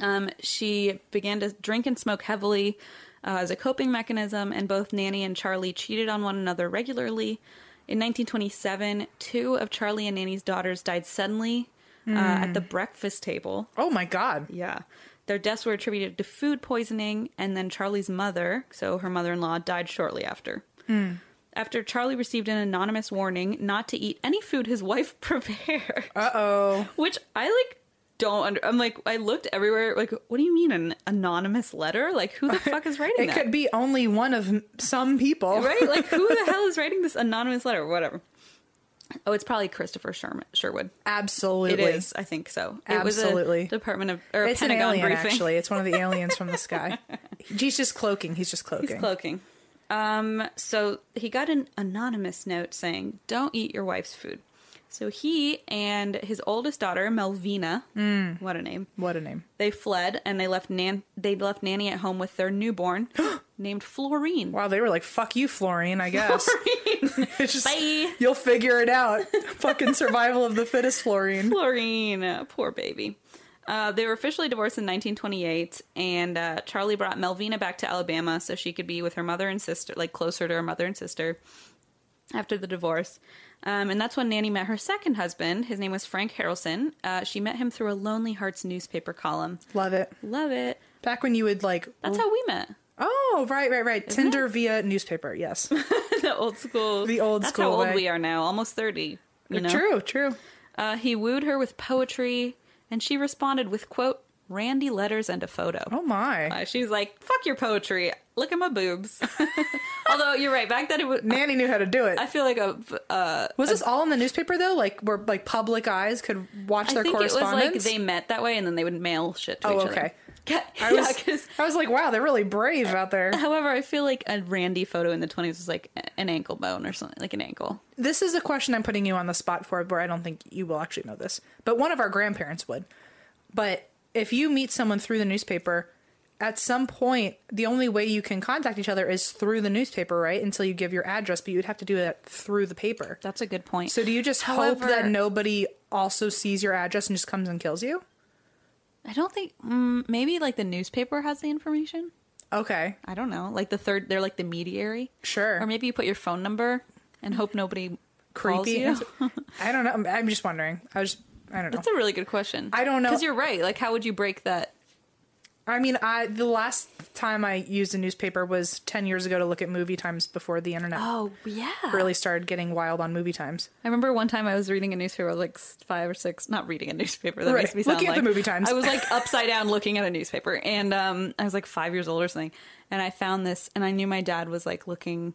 Um, she began to drink and smoke heavily uh, as a coping mechanism, and both Nanny and Charlie cheated on one another regularly. In 1927, two of Charlie and Nanny's daughters died suddenly uh, Hmm. at the breakfast table. Oh my god. Yeah. Their deaths were attributed to food poisoning, and then Charlie's mother, so her mother in law, died shortly after. Hmm. After Charlie received an anonymous warning not to eat any food his wife prepared, Uh oh. which I like don't under. I'm like, I looked everywhere, like, what do you mean an anonymous letter? Like, who the fuck is writing It that? could be only one of m- some people. right? Like, who the hell is writing this anonymous letter? Whatever. Oh, it's probably Christopher Sherman, Sherwood. Absolutely. It is, I think so. It Absolutely. was a Department of or a It's an Pentagon alien, briefing. actually. It's one of the aliens from the sky. He's just cloaking. He's just cloaking. cloaking. Um, so he got an anonymous note saying, "Don't eat your wife's food." So he and his oldest daughter Melvina, what a name, What a name. they fled and they left Nan. They left Nanny at home with their newborn, named Florine. Wow, they were like, fuck you, Florine, I guess. it's just, Bye. You'll figure it out. Fucking survival of the fittest, Florine. Florine, uh, poor baby. Uh, they were officially divorced in 1928, and uh, Charlie brought Melvina back to Alabama so she could be with her mother and sister, like closer to her mother and sister after the divorce. Um, and that's when Nanny met her second husband. His name was Frank Harrelson. Uh, she met him through a Lonely Hearts newspaper column. Love it. Love it. Back when you would like, That's how we met. oh, right, right, right. Tinder via newspaper. Yes. the old school. The old That's school how old way. we are now, almost 30. You know? True, true. Uh, he wooed her with poetry, and she responded with, quote, Randy letters and a photo. Oh my. Uh, she's like, "Fuck your poetry. Look at my boobs." Although you're right, back then it was. Nanny knew how to do it. I feel like a. Uh, Was this all in the newspaper though? Like where like public eyes could watch I their think it was correspondence? like they met that way, and then they would mail shit to Oh, each okay. other. I yeah, was 'cause- I was like, wow, they're really brave out there. However, I feel like a Randy photo in the 20s was like a- an ankle bone or something, like an ankle. This is a question I'm putting you on the spot for where I don't think you will actually know this. But one of our grandparents would. But if you meet someone through the newspaper, at some point the only way you can contact each other is through the newspaper, right? Until you give your address, but you'd have to do that through the paper. That's a good point. So do you just hope that However- nobody also sees your address and just comes and kills you? I don't think mm, maybe like the newspaper has the information. Okay. I don't know. Like the third, they're like the mediary. Sure. Or maybe you put your phone number and hope nobody calls creepy. you. I don't know. I'm- I'm just wondering. I was, I don't know. That's a really good question. I don't know. because you're right. Like, how would you break that? I mean, I the last time I used a newspaper was ten years ago to look at movie times before the internet Oh yeah, really started getting wild on movie times. I remember one time I was reading a newspaper, I was like s- five or six, not reading a newspaper. That Right. makes me sound Looking at like the movie times. I was like upside down looking at a newspaper, and um, I was like five years old or something. And I found this, and I knew my dad was like looking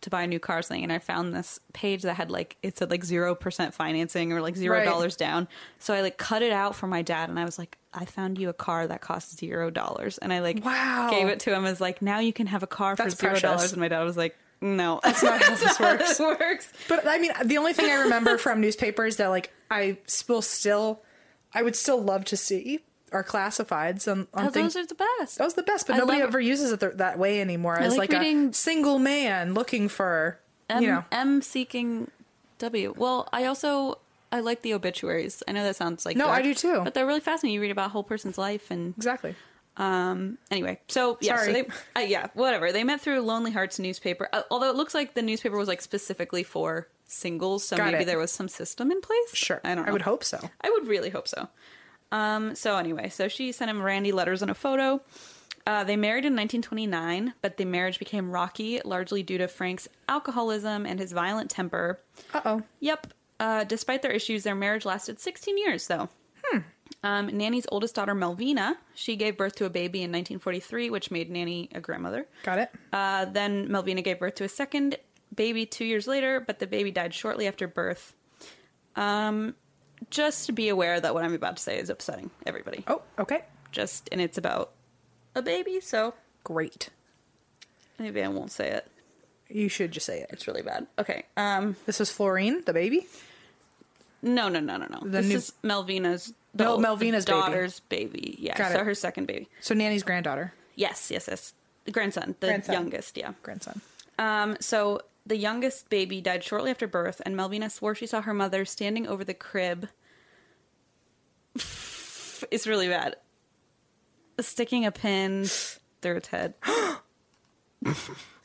to buy a new car or something. And I found this page that had like it said like zero percent financing or like zero Right. dollars down. So I like cut it out for my dad, and I was like, I found you a car that costs zero dollars, and I like Wow. gave it to him as like now you can have a car That's for zero precious. dollars, and my dad was like, No, that's not how this not how works. this works. But I mean, the only thing I remember from newspapers that like I s- will still, I would still love to see are classifieds on, on Oh, things. those are the best. that was the best, but I nobody love- ever uses it th- that way anymore. As like like, a reading- single man looking for, M, you know, M seeking W. Well, I also I like the obituaries. I know that sounds like No, dark, I do too. But they're really fascinating. You read about a whole person's life and exactly. um. Anyway, so yeah, so Sorry. they, uh, yeah, whatever. They met through Lonely Hearts newspaper. Uh, although it looks like the newspaper was like specifically for singles, so Got maybe it. there was some system in place. Sure, I don't. Know. I would hope so. I would really hope so. Um, so anyway, so she sent him Randy letters and a photo. Uh, they married in 1929, but the marriage became rocky, largely due to Frank's alcoholism and his violent temper. Uh oh. Yep. Uh, despite their issues, their marriage lasted 16 years, though. Hmm. Um, Nanny's oldest daughter, Melvina, she gave birth to a baby in 1943, which made Nanny a grandmother. Got it. Uh, then Melvina gave birth to a second baby two years later, but the baby died shortly after birth. Um, just to be aware that what I'm about to say is upsetting everybody. Oh, okay. Just, and it's about a baby, so Great. maybe I won't say it. You should just say it. It's really bad. Okay. Um, This is Florine, the baby. no, no, no, no, no. The this new- is Melvina's Mel- old- Melvina's baby. daughter's baby. Yeah, Got so it. her second baby. So Nanny's granddaughter, Yes, yes, yes. The grandson, the Grandson. youngest. Yeah. grandson. Um, so the youngest baby died shortly after birth, and Melvina swore she saw her mother standing over the crib. it's really bad. Sticking a pin through its head.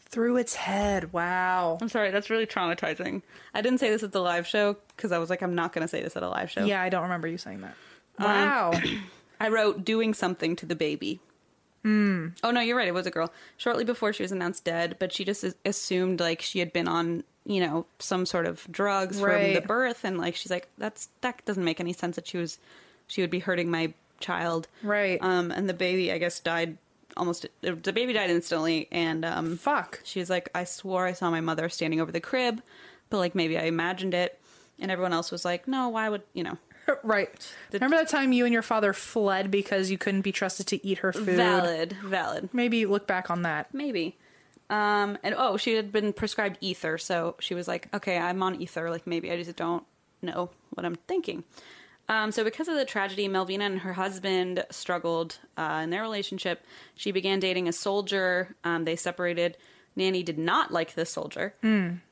Through its head. Wow. I'm sorry, that's really traumatizing. I didn't say this at the live show because I was like, I'm not going to say this at a live show. Yeah, I don't remember you saying that. Um, Wow. I wrote doing something to the baby. Hmm. Mm. Oh no, you're right. It was a girl. Shortly before she was announced dead, but she just as- assumed like she had been on, you know, some sort of drugs from Right. the birth, and like she's like, that's that doesn't make any sense that she was, she would be hurting my child, Right. Um, and the baby, I guess, died almost. The baby died instantly, and um, Fuck. she was like, I swore I saw my mother standing over the crib, but like maybe I imagined it, and everyone else was like, no, why would you know? right. Remember that time you and your father fled because you couldn't be trusted to eat her food? Valid, valid. Maybe look back on that. Maybe. Um, and oh, she had been prescribed ether, so she was like, okay, I'm on ether. Like, maybe I just don't know what I'm thinking. Um, so, because of the tragedy, Melvina and her husband struggled uh, in their relationship. She began dating a soldier. Um, they separated. Nanny did not like this soldier.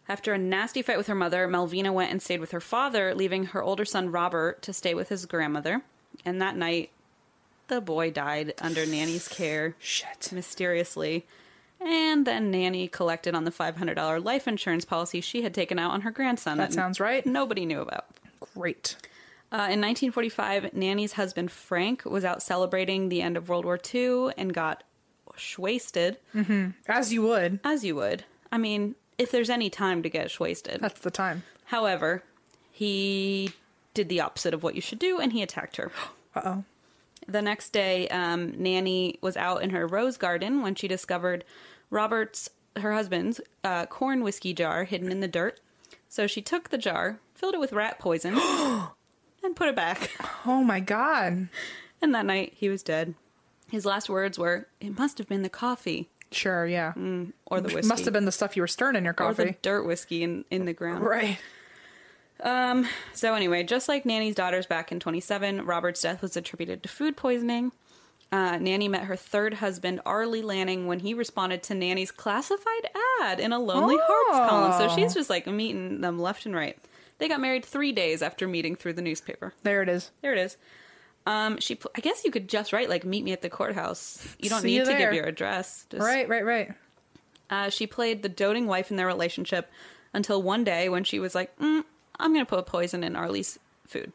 After a nasty fight with her mother, Melvina went and stayed with her father, leaving her older son Robert to stay with his grandmother. And that night, the boy died under Nanny's care Shit. mysteriously. And then Nanny collected on the $500 life insurance policy she had taken out on her grandson. That sounds right. Nobody knew about. Great. Uh, in 1945, Nanny's husband Frank was out celebrating the end of World War II and got wasted, As you would. as you would. I mean, if there's any time to get wasted. That's the time. However, he did the opposite of what you should do and he attacked her. Uh oh. The next day, um, Nanny was out in her rose garden when she discovered Robert's, her husband's, uh, corn whiskey jar hidden in the dirt. So she took the jar, filled it with rat poison, and put it back. Oh my god. And that night, he was dead. His last words were, "It must have been the coffee Sure, yeah. or the whiskey, Must have been the stuff you were stirring in your or the coffee. dirt whiskey in in the ground." Right. So anyway, just like Nanny's daughters back in 27, Robert's death was attributed to food poisoning. Uh, Nanny met her third husband, Arlie Lanning, when he responded to Nanny's classified ad in a Lonely Oh. Hearts column. So she's just like meeting them left and right. They got married three days after meeting through the newspaper. There it is. There it is. Um, she, pl- I guess you could just write like "meet me at the courthouse." You don't See need you to there. give your address. Just Right, right, right. uh, she played the doting wife in their relationship until one day when she was like, mm, I'm going to put poison in Arlie's food.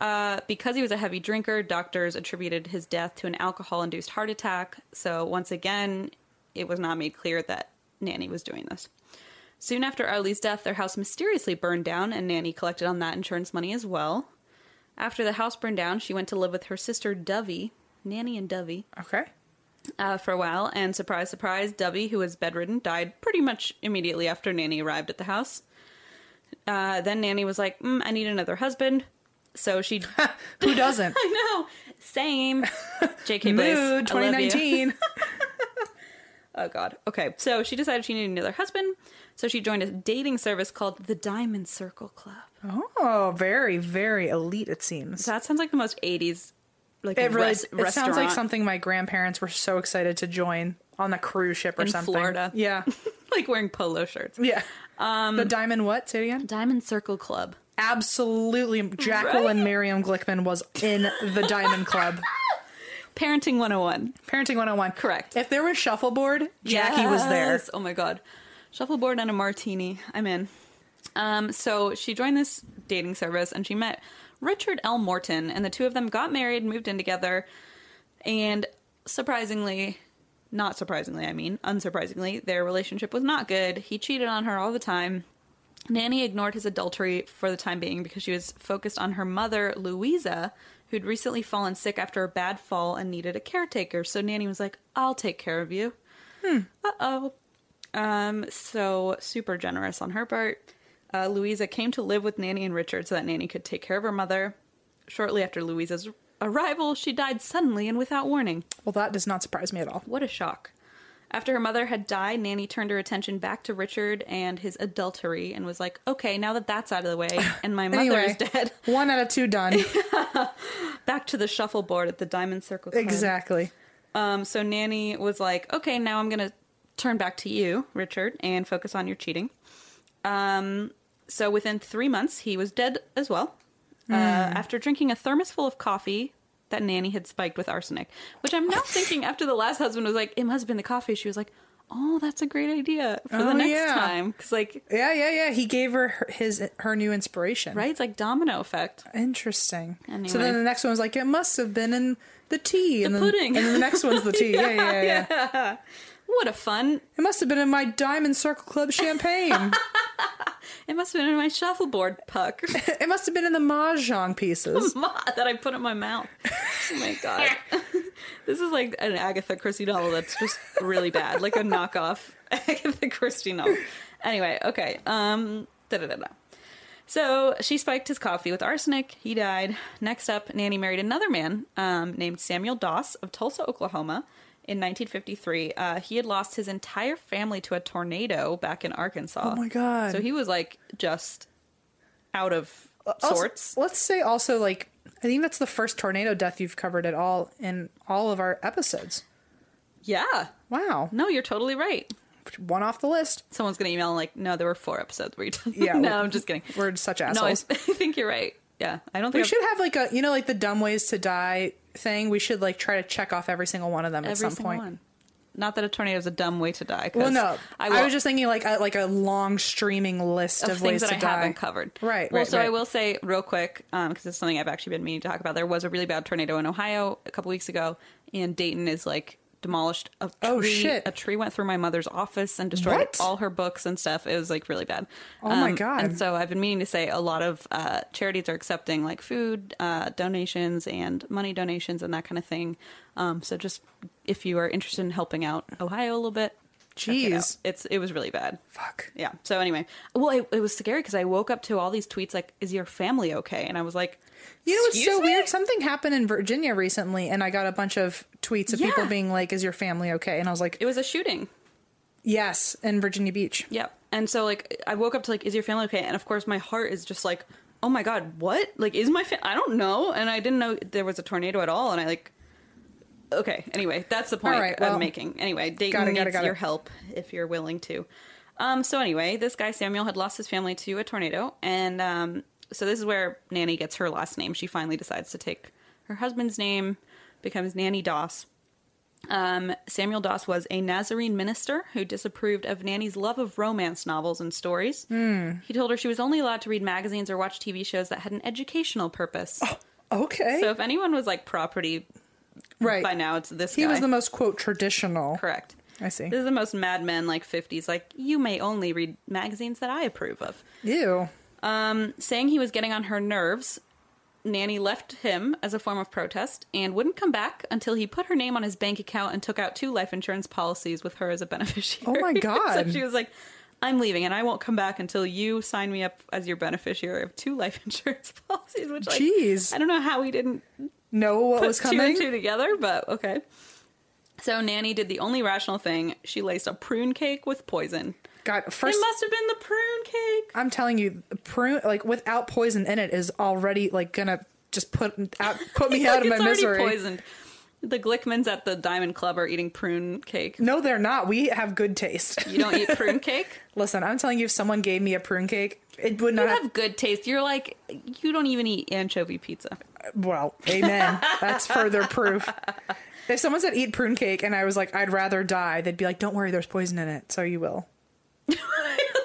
Uh, because he was a heavy drinker, doctors attributed his death to an alcohol induced heart attack. So, once again, it was not made clear that Nanny was doing this. Soon after Arlie's death, their house mysteriously burned down, and Nanny collected on that insurance money as well. After the house burned down, she went to live with her sister Dovey, Nanny and Dovey, Okay. uh, for a while, and surprise, surprise, Dubby, who was bedridden, died pretty much immediately after Nanny arrived at the house. Uh, then Nanny was like, mm, I need another husband. So she, Who doesn't? I know, same. JK Blaze. I love you. Mood 2019. Oh, God. Okay. So she decided she needed another husband. So she joined a dating service called the Diamond Circle Club. oh, very, very elite it seems. So that sounds like the most 80s like It really res- it sounds like restaurant. something my grandparents were so excited to join on a cruise ship or In something. Florida. Yeah. like wearing polo shirts. Yeah. Um, the Diamond what? Say it again. Diamond Circle Club. Absolutely. Jacqueline Miriam Glickman was in the Diamond Club. Parenting 101. Parenting 101. Correct. If there was shuffleboard, Jackie was there. Yes. Oh my god. Shuffleboard and a martini. I'm in. Um, so she joined this dating service and she met Richard L. Morton, and the two of them got married, moved in together, and surprisingly, not surprisingly, I mean, unsurprisingly, their relationship was not good. He cheated on her all the time. Nanny ignored his adultery for the time being because she was focused on her mother, Louisa, who'd recently fallen sick after a bad fall and needed a caretaker. So Nanny was like, I'll take care of you. Uh oh. Um, so super generous on her part. Uh, Louisa came to live with Nanny and Richard so that Nanny could take care of her mother. Shortly after Louisa's arrival, she died suddenly and without warning. Well, that does not surprise me at all. What a shock. After her mother had died, Nanny turned her attention back to Richard and his adultery and was like, okay, now that that's out of the way and my mother Anyway, is dead, one out of two done. back to the shuffleboard at the Diamond Circle. Club. exactly. Um, so Nanny was like, okay, now I'm going to turn back to you, Richard, and focus on your cheating. Um, so within three months, he was dead as well. Hmm. Uh, after drinking a thermos full of coffee that Nanny had spiked with arsenic, which I'm now thinking after the last husband was like, it must have been the coffee. She was like, oh, that's a great idea for Oh, the next yeah. time. Because, like, Yeah, yeah, yeah. He gave her her- his her new inspiration. right? It's like domino effect. Interesting. So Anyway. then the next one was like, it must have been in the tea. and The then, pudding. And then the next one's the tea. yeah, yeah, yeah, What a fun. It must have been in my Diamond Circle Club champagne. It must have been in my shuffleboard puck. it must have been in the mahjong pieces. that I put in my mouth. Oh my god. this is like an Agatha Christie novel that's just really bad, like a knockoff Agatha Christie novel. Anyway, okay. Um da da da da. So she spiked his coffee with arsenic. He died. Next up, Nanny married another man um, named Samuel Doss of Tulsa, Oklahoma, in 1953. Uh, he had lost his entire family to a tornado back in Arkansas. Oh my God. So he was like just out of Uh, Also- sorts. let's say also like I think that's the first tornado death you've covered at all in all of our episodes. Yeah. Wow. No, you're totally right. One off the list. Someone's gonna email and like, no, there were four episodes where you did. Yeah, no, we- I'm just kidding. We're such no, I, assholes. I think you're right. Yeah, I don't we think I've- should have like a you know like the dumb ways to die thing. We should like try to check off every single one of them at every some single point. one. Not that a tornado is a dumb way to die. 'cause Well, no, I, I, will, was just thinking like a, like a long streaming list of, of things ways that to I die. haven't covered. Right, Well, right, so I right. will say real quick because it's something I've actually been meaning to talk about. There was a really bad tornado in Ohio a couple weeks ago, and Dayton is like demolished. A tree, Oh, shit. A tree went through my mother's office and destroyed What? all her books and stuff. It was like really bad. Um, Oh, my God. And so I've been meaning to say a lot of uh, charities are accepting like food uh, donations and money donations and that kind of thing. Um, so just if you are interested in helping out Ohio a little bit. check it out. Jeez. it's it was really bad. Fuck. Yeah. So anyway, well, it, it was scary because I woke up to all these tweets like, "Is your family okay?" And I was like, You know what's "Excuse so me?" weird? Something happened in Virginia recently, and I got a bunch of tweets of Yeah. people being like, "Is your family okay?" And I was like, It was a shooting. "Yes," in Virginia Beach. Yep. And so like, I woke up to like, "Is your family okay?" And of course, my heart is just like, "Oh my god, what? Like, is my family? I don't know." And I didn't know there was a tornado at all. And I like, okay. Anyway, that's the point All right, well, I'm making. Anyway, Dayton got it, needs got it, got your it. help if you're willing to. Um. So anyway, this guy Samuel had lost his family to a tornado, and um. So this is where Nanny gets her last name. She finally decides to take her husband's name, becomes Nanny Doss. Um, Samuel Doss was a Nazarene minister who disapproved of Nanny's love of romance novels and stories. Hmm. He told her she was only allowed to read magazines or watch TV shows that had an educational purpose. Oh, Okay, So if anyone was like property eh. right. by now, it's this he guy. was the most quote traditional. correct. I see. This is the most Mad Men like fifties. Like you may only read magazines that I approve of. Ew. saying he was getting on her nerves, Nanny left him as a form of protest and wouldn't come back until he put her name on his bank account and took out two life insurance policies with her as a beneficiary. Oh my so God. she was like, I'm leaving and I won't come back until you sign me up as your beneficiary of two life insurance policies, which like, Jeez. I don't know how he didn't Know what put was two coming? and two together, but okay. So Nanny did the only rational thing. She laced a prune cake with poison. God, first it must have been the prune cake. I'm telling you, prune like without poison in it is already like gonna just put out put me out of my it's already misery. poisoned. The Glickmans at the Diamond Club are eating prune cake. No, they're not. We have good taste. You don't eat prune cake? Listen, I'm telling you, if someone gave me a prune cake, it would not You have. have good taste. You're like, you don't even eat anchovy pizza. Well, amen. That's further proof. If someone said eat prune cake and I was like, I'd rather die, they'd be like, don't worry, there's poison in it. So you will.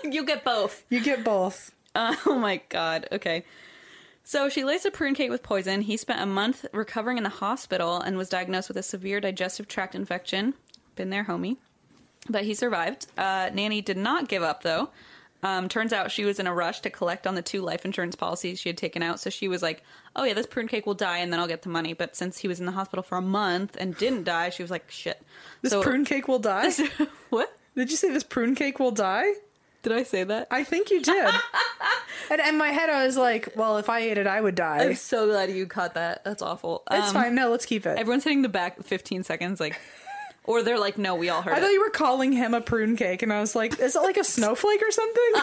you get both. You get both. Uh, oh my god. Okay. So she laced a prune cake with poison. He spent a month recovering in the hospital and was diagnosed with a severe digestive tract infection. Been there, homie. But he survived. Uh, Nanny did not give up, though. Um, turns out she was in a rush to collect on the two life insurance policies she had taken out. So she was like, oh, yeah, this prune cake will die and then I'll get the money. But since he was in the hospital for a month and didn't die, she was like, shit. This So- prune cake will die. what? Did you say this prune cake will die? Did I say that? I think you did. and in my head, I was like, well, if I ate it, I would die. I'm so glad you caught that. That's awful. it's Um, fine. No, let's keep it. Everyone's hitting the back 15 seconds, like, or they're like, no, we all heard I thought it. you were calling him a prune cake, and I was like, is it like a snowflake or something?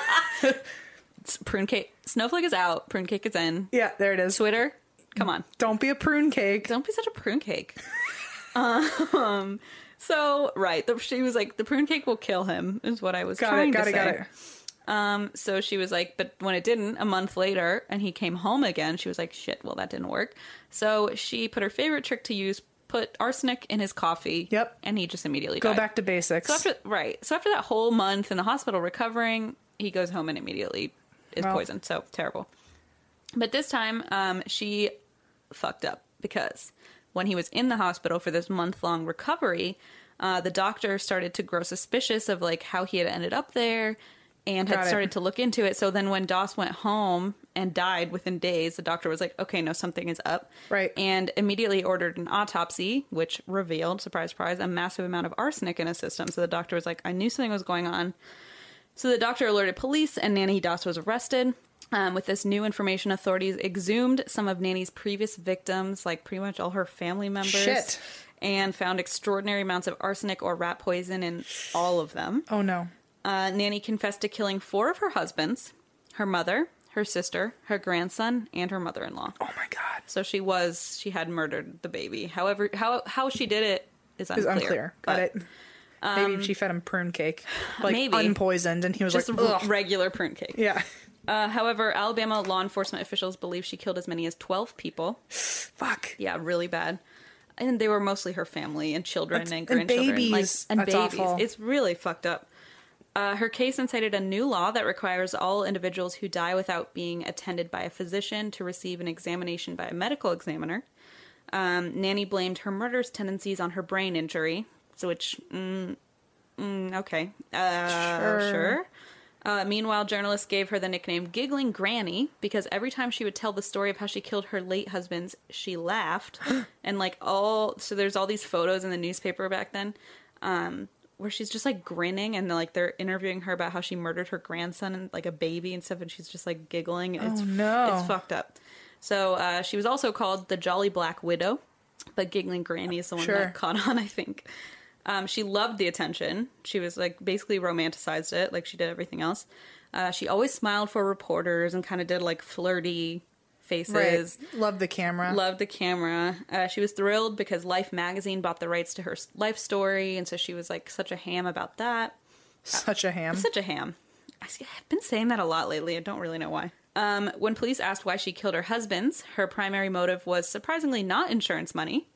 It's prune cake, snowflake is out, prune cake is in. yeah, there it is. Twitter, come on, Don't be a prune cake. don't be such a prune cake. um, so right, the, she was like, the prune cake will kill him, is what I was Got trying it, got to it, say. got it. Um, so she was like, but when it didn't, a month later, and he came home again, she was like, shit, well, that didn't work. So she put her favorite trick to use, put arsenic in his coffee. Yep. And he just immediately Go died. back to basics. So after right, so after that whole month in the hospital recovering, he goes home and immediately is Well. poisoned. So terrible. But this time, um, she fucked up because when he was in the hospital for this month long recovery, uh, the doctor started to grow suspicious of like how he had ended up there and had Got it. started to look into it. So then when Doss went home and died within days, the doctor was like, okay, no, something is up. Right. And immediately ordered an autopsy, which revealed, surprise, surprise, a massive amount of arsenic in his system. So the doctor was like, I knew something was going on. So the doctor alerted police, and Nanny Doss was arrested. Um, with this new information, authorities exhumed some of Nanny's previous victims, like pretty much all her family members, Shit. and found extraordinary amounts of arsenic or rat poison in all of them. oh, no. Uh, Nanny confessed to killing four of her husbands, her mother, her sister, her grandson, and her mother-in-law. Oh, my God. So she was she had murdered the baby. However, how how she did it is It's unclear. unclear. Got but um, it. Maybe she fed him prune cake, like maybe. unpoisoned, and he was Just like, r- Ugh. regular prune cake. yeah, Uh, however, Alabama law enforcement officials believe she killed as many as 12 people. fuck. Yeah, really bad. And they were mostly her family and children That's- and and grandchildren. babies. Like, and That's babies. awful. It's really fucked up. Uh, her case incited a new law that requires all individuals who die without being attended by a physician to receive an examination by a medical examiner. Um, Nanny blamed her murder's tendencies on her brain injury, so which, mm, mm, okay, uh, Sure. sure. Uh, meanwhile, journalists gave her the nickname "Giggling Granny" because every time she would tell the story of how she killed her late husbands, she laughed, and like all so there's all these photos in the newspaper back then, um, where she's just like grinning and like they're interviewing her about how she murdered her grandson and like a baby and stuff, and she's just like giggling. It's, no. it's fucked up. So uh, she was also called the Jolly Black Widow, but Giggling Granny is the one Sure. that caught on, I think. Um, she loved the attention. She was like basically romanticized it, like she did everything else. Uh, she always smiled for reporters and kind of did like flirty faces. Right. Love the camera. Loved the camera. Uh, she was thrilled because Life magazine bought the rights to her s- life story, and so she was like such a ham about that. Such a ham. Such a ham. I see- I've been saying that a lot lately. I don't really know why. Um, when police asked why she killed her husbands, her primary motive was surprisingly not insurance money.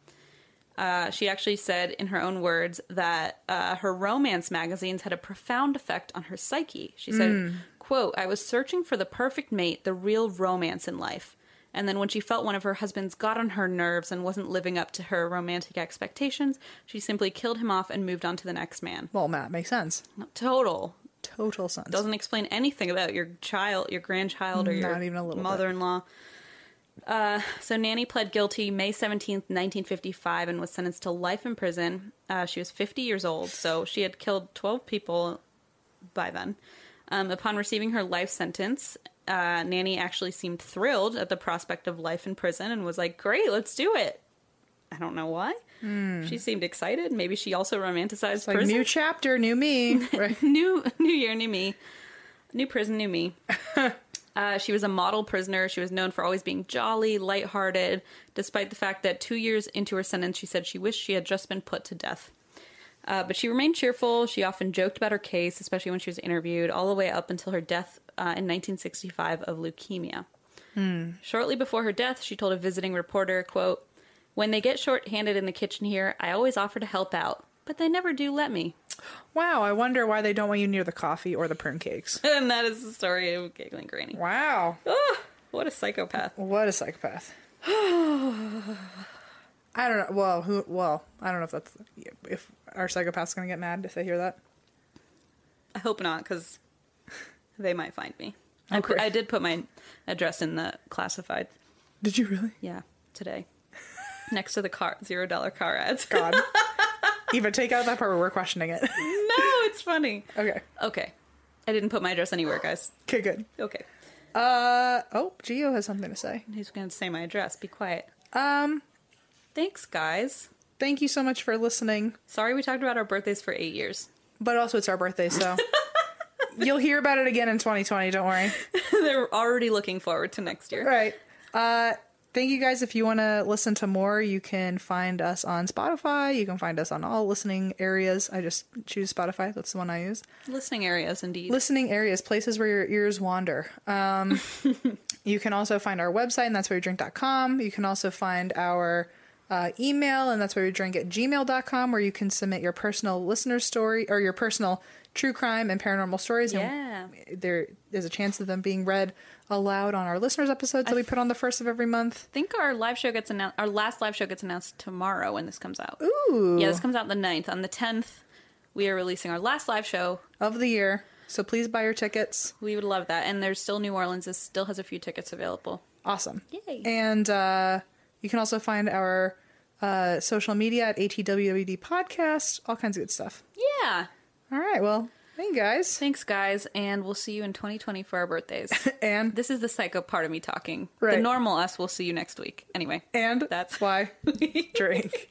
Uh, she actually said, in her own words, that uh, her romance magazines had a profound effect on her psyche. She said, "quote I was searching for the perfect mate, the real romance in life." And then when she felt one of her husbands got on her nerves and wasn't living up to her romantic expectations, she simply killed him off and moved on to the next man. well, Matt makes sense. Total Total sense. doesn't explain anything about your child, your grandchild, or your Not even a little bit. mother-in-law. Uh, so Nanny pled guilty May seventeenth, nineteen fifty-five, and was sentenced to life in prison. Uh, she was fifty years old, so she had killed twelve people by then. Um, upon receiving her life sentence, uh, Nanny actually seemed thrilled at the prospect of life in prison and was like, "Great, let's do it." I don't know why. She seemed excited. Maybe she also romanticized Hmm. It's like prison new chapter, new me. Right. new new year new me new prison new me Uh, she was a model prisoner. She was known for always being jolly, lighthearted, despite the fact that two years into her sentence, she said she wished she had just been put to death. Uh, but she remained cheerful. She often joked about her case, especially when she was interviewed, all the way up until her death uh, in 1965 of leukemia. Shortly before her death, she told a visiting reporter, quote, When they get short-handed in the kitchen here, I always offer to help out, but they never do let me. Wow, I wonder why they don't want you near the coffee or the prune cakes. And that is the story of Giggling Granny. Wow. Ah, what a psychopath. What a psychopath. I don't know. Well, who? Well, I don't know if that's if our psychopath's gonna get mad if they hear that. I hope not, because they might find me. I, pu- Okay. I did put my address in the classified. Did you really? Yeah, today. Next to the car, zero dollar car ads. no, God. Eva, take out that part where we're questioning it. it's funny. okay. Okay. I didn't put my address anywhere, guys. Okay. Good. Okay. Uh oh, Geo has something to say. Who's going to say my address? Be quiet. Um, Thanks, guys. thank you so much for listening. Sorry we talked about our birthdays for eight years. But also, it's our birthday, so you'll hear about it again in 2020. Don't worry. They're already looking forward to next year. Right. Uh, thank you guys. If you want to listen to more, you can find us on Spotify. You can find us on all listening areas. I just choose Spotify. That's the one I use. Listening areas, indeed. Listening areas, places where your ears wander. Um, you can also find our website, and that's where you drink.com. You can also find our uh, email, and that's where you drink at gmail.com, where you can submit your personal listener story or your personal true crime and paranormal stories. and yeah. there is a chance of them being read aloud on our listeners' episodes that we put on the first of every month. I think our live show gets announced. Our last live show gets announced tomorrow when this comes out. Ooh, Yeah, this comes out the 9th. On the 10th, we are releasing our last live show. of the year. So please buy your tickets. We would love that. And there's still New Orleans is still has a few tickets available. Awesome. Yay. And uh, you can also find our uh, social media at ATWWD Podcast, all kinds of good stuff. Yeah. All right. Well, thank you guys. Thanks, guys. And we'll see you in 2020 for our birthdays. And this is the psycho part of me talking. The Right. normal us will see you next week. Anyway. and That's- why drink.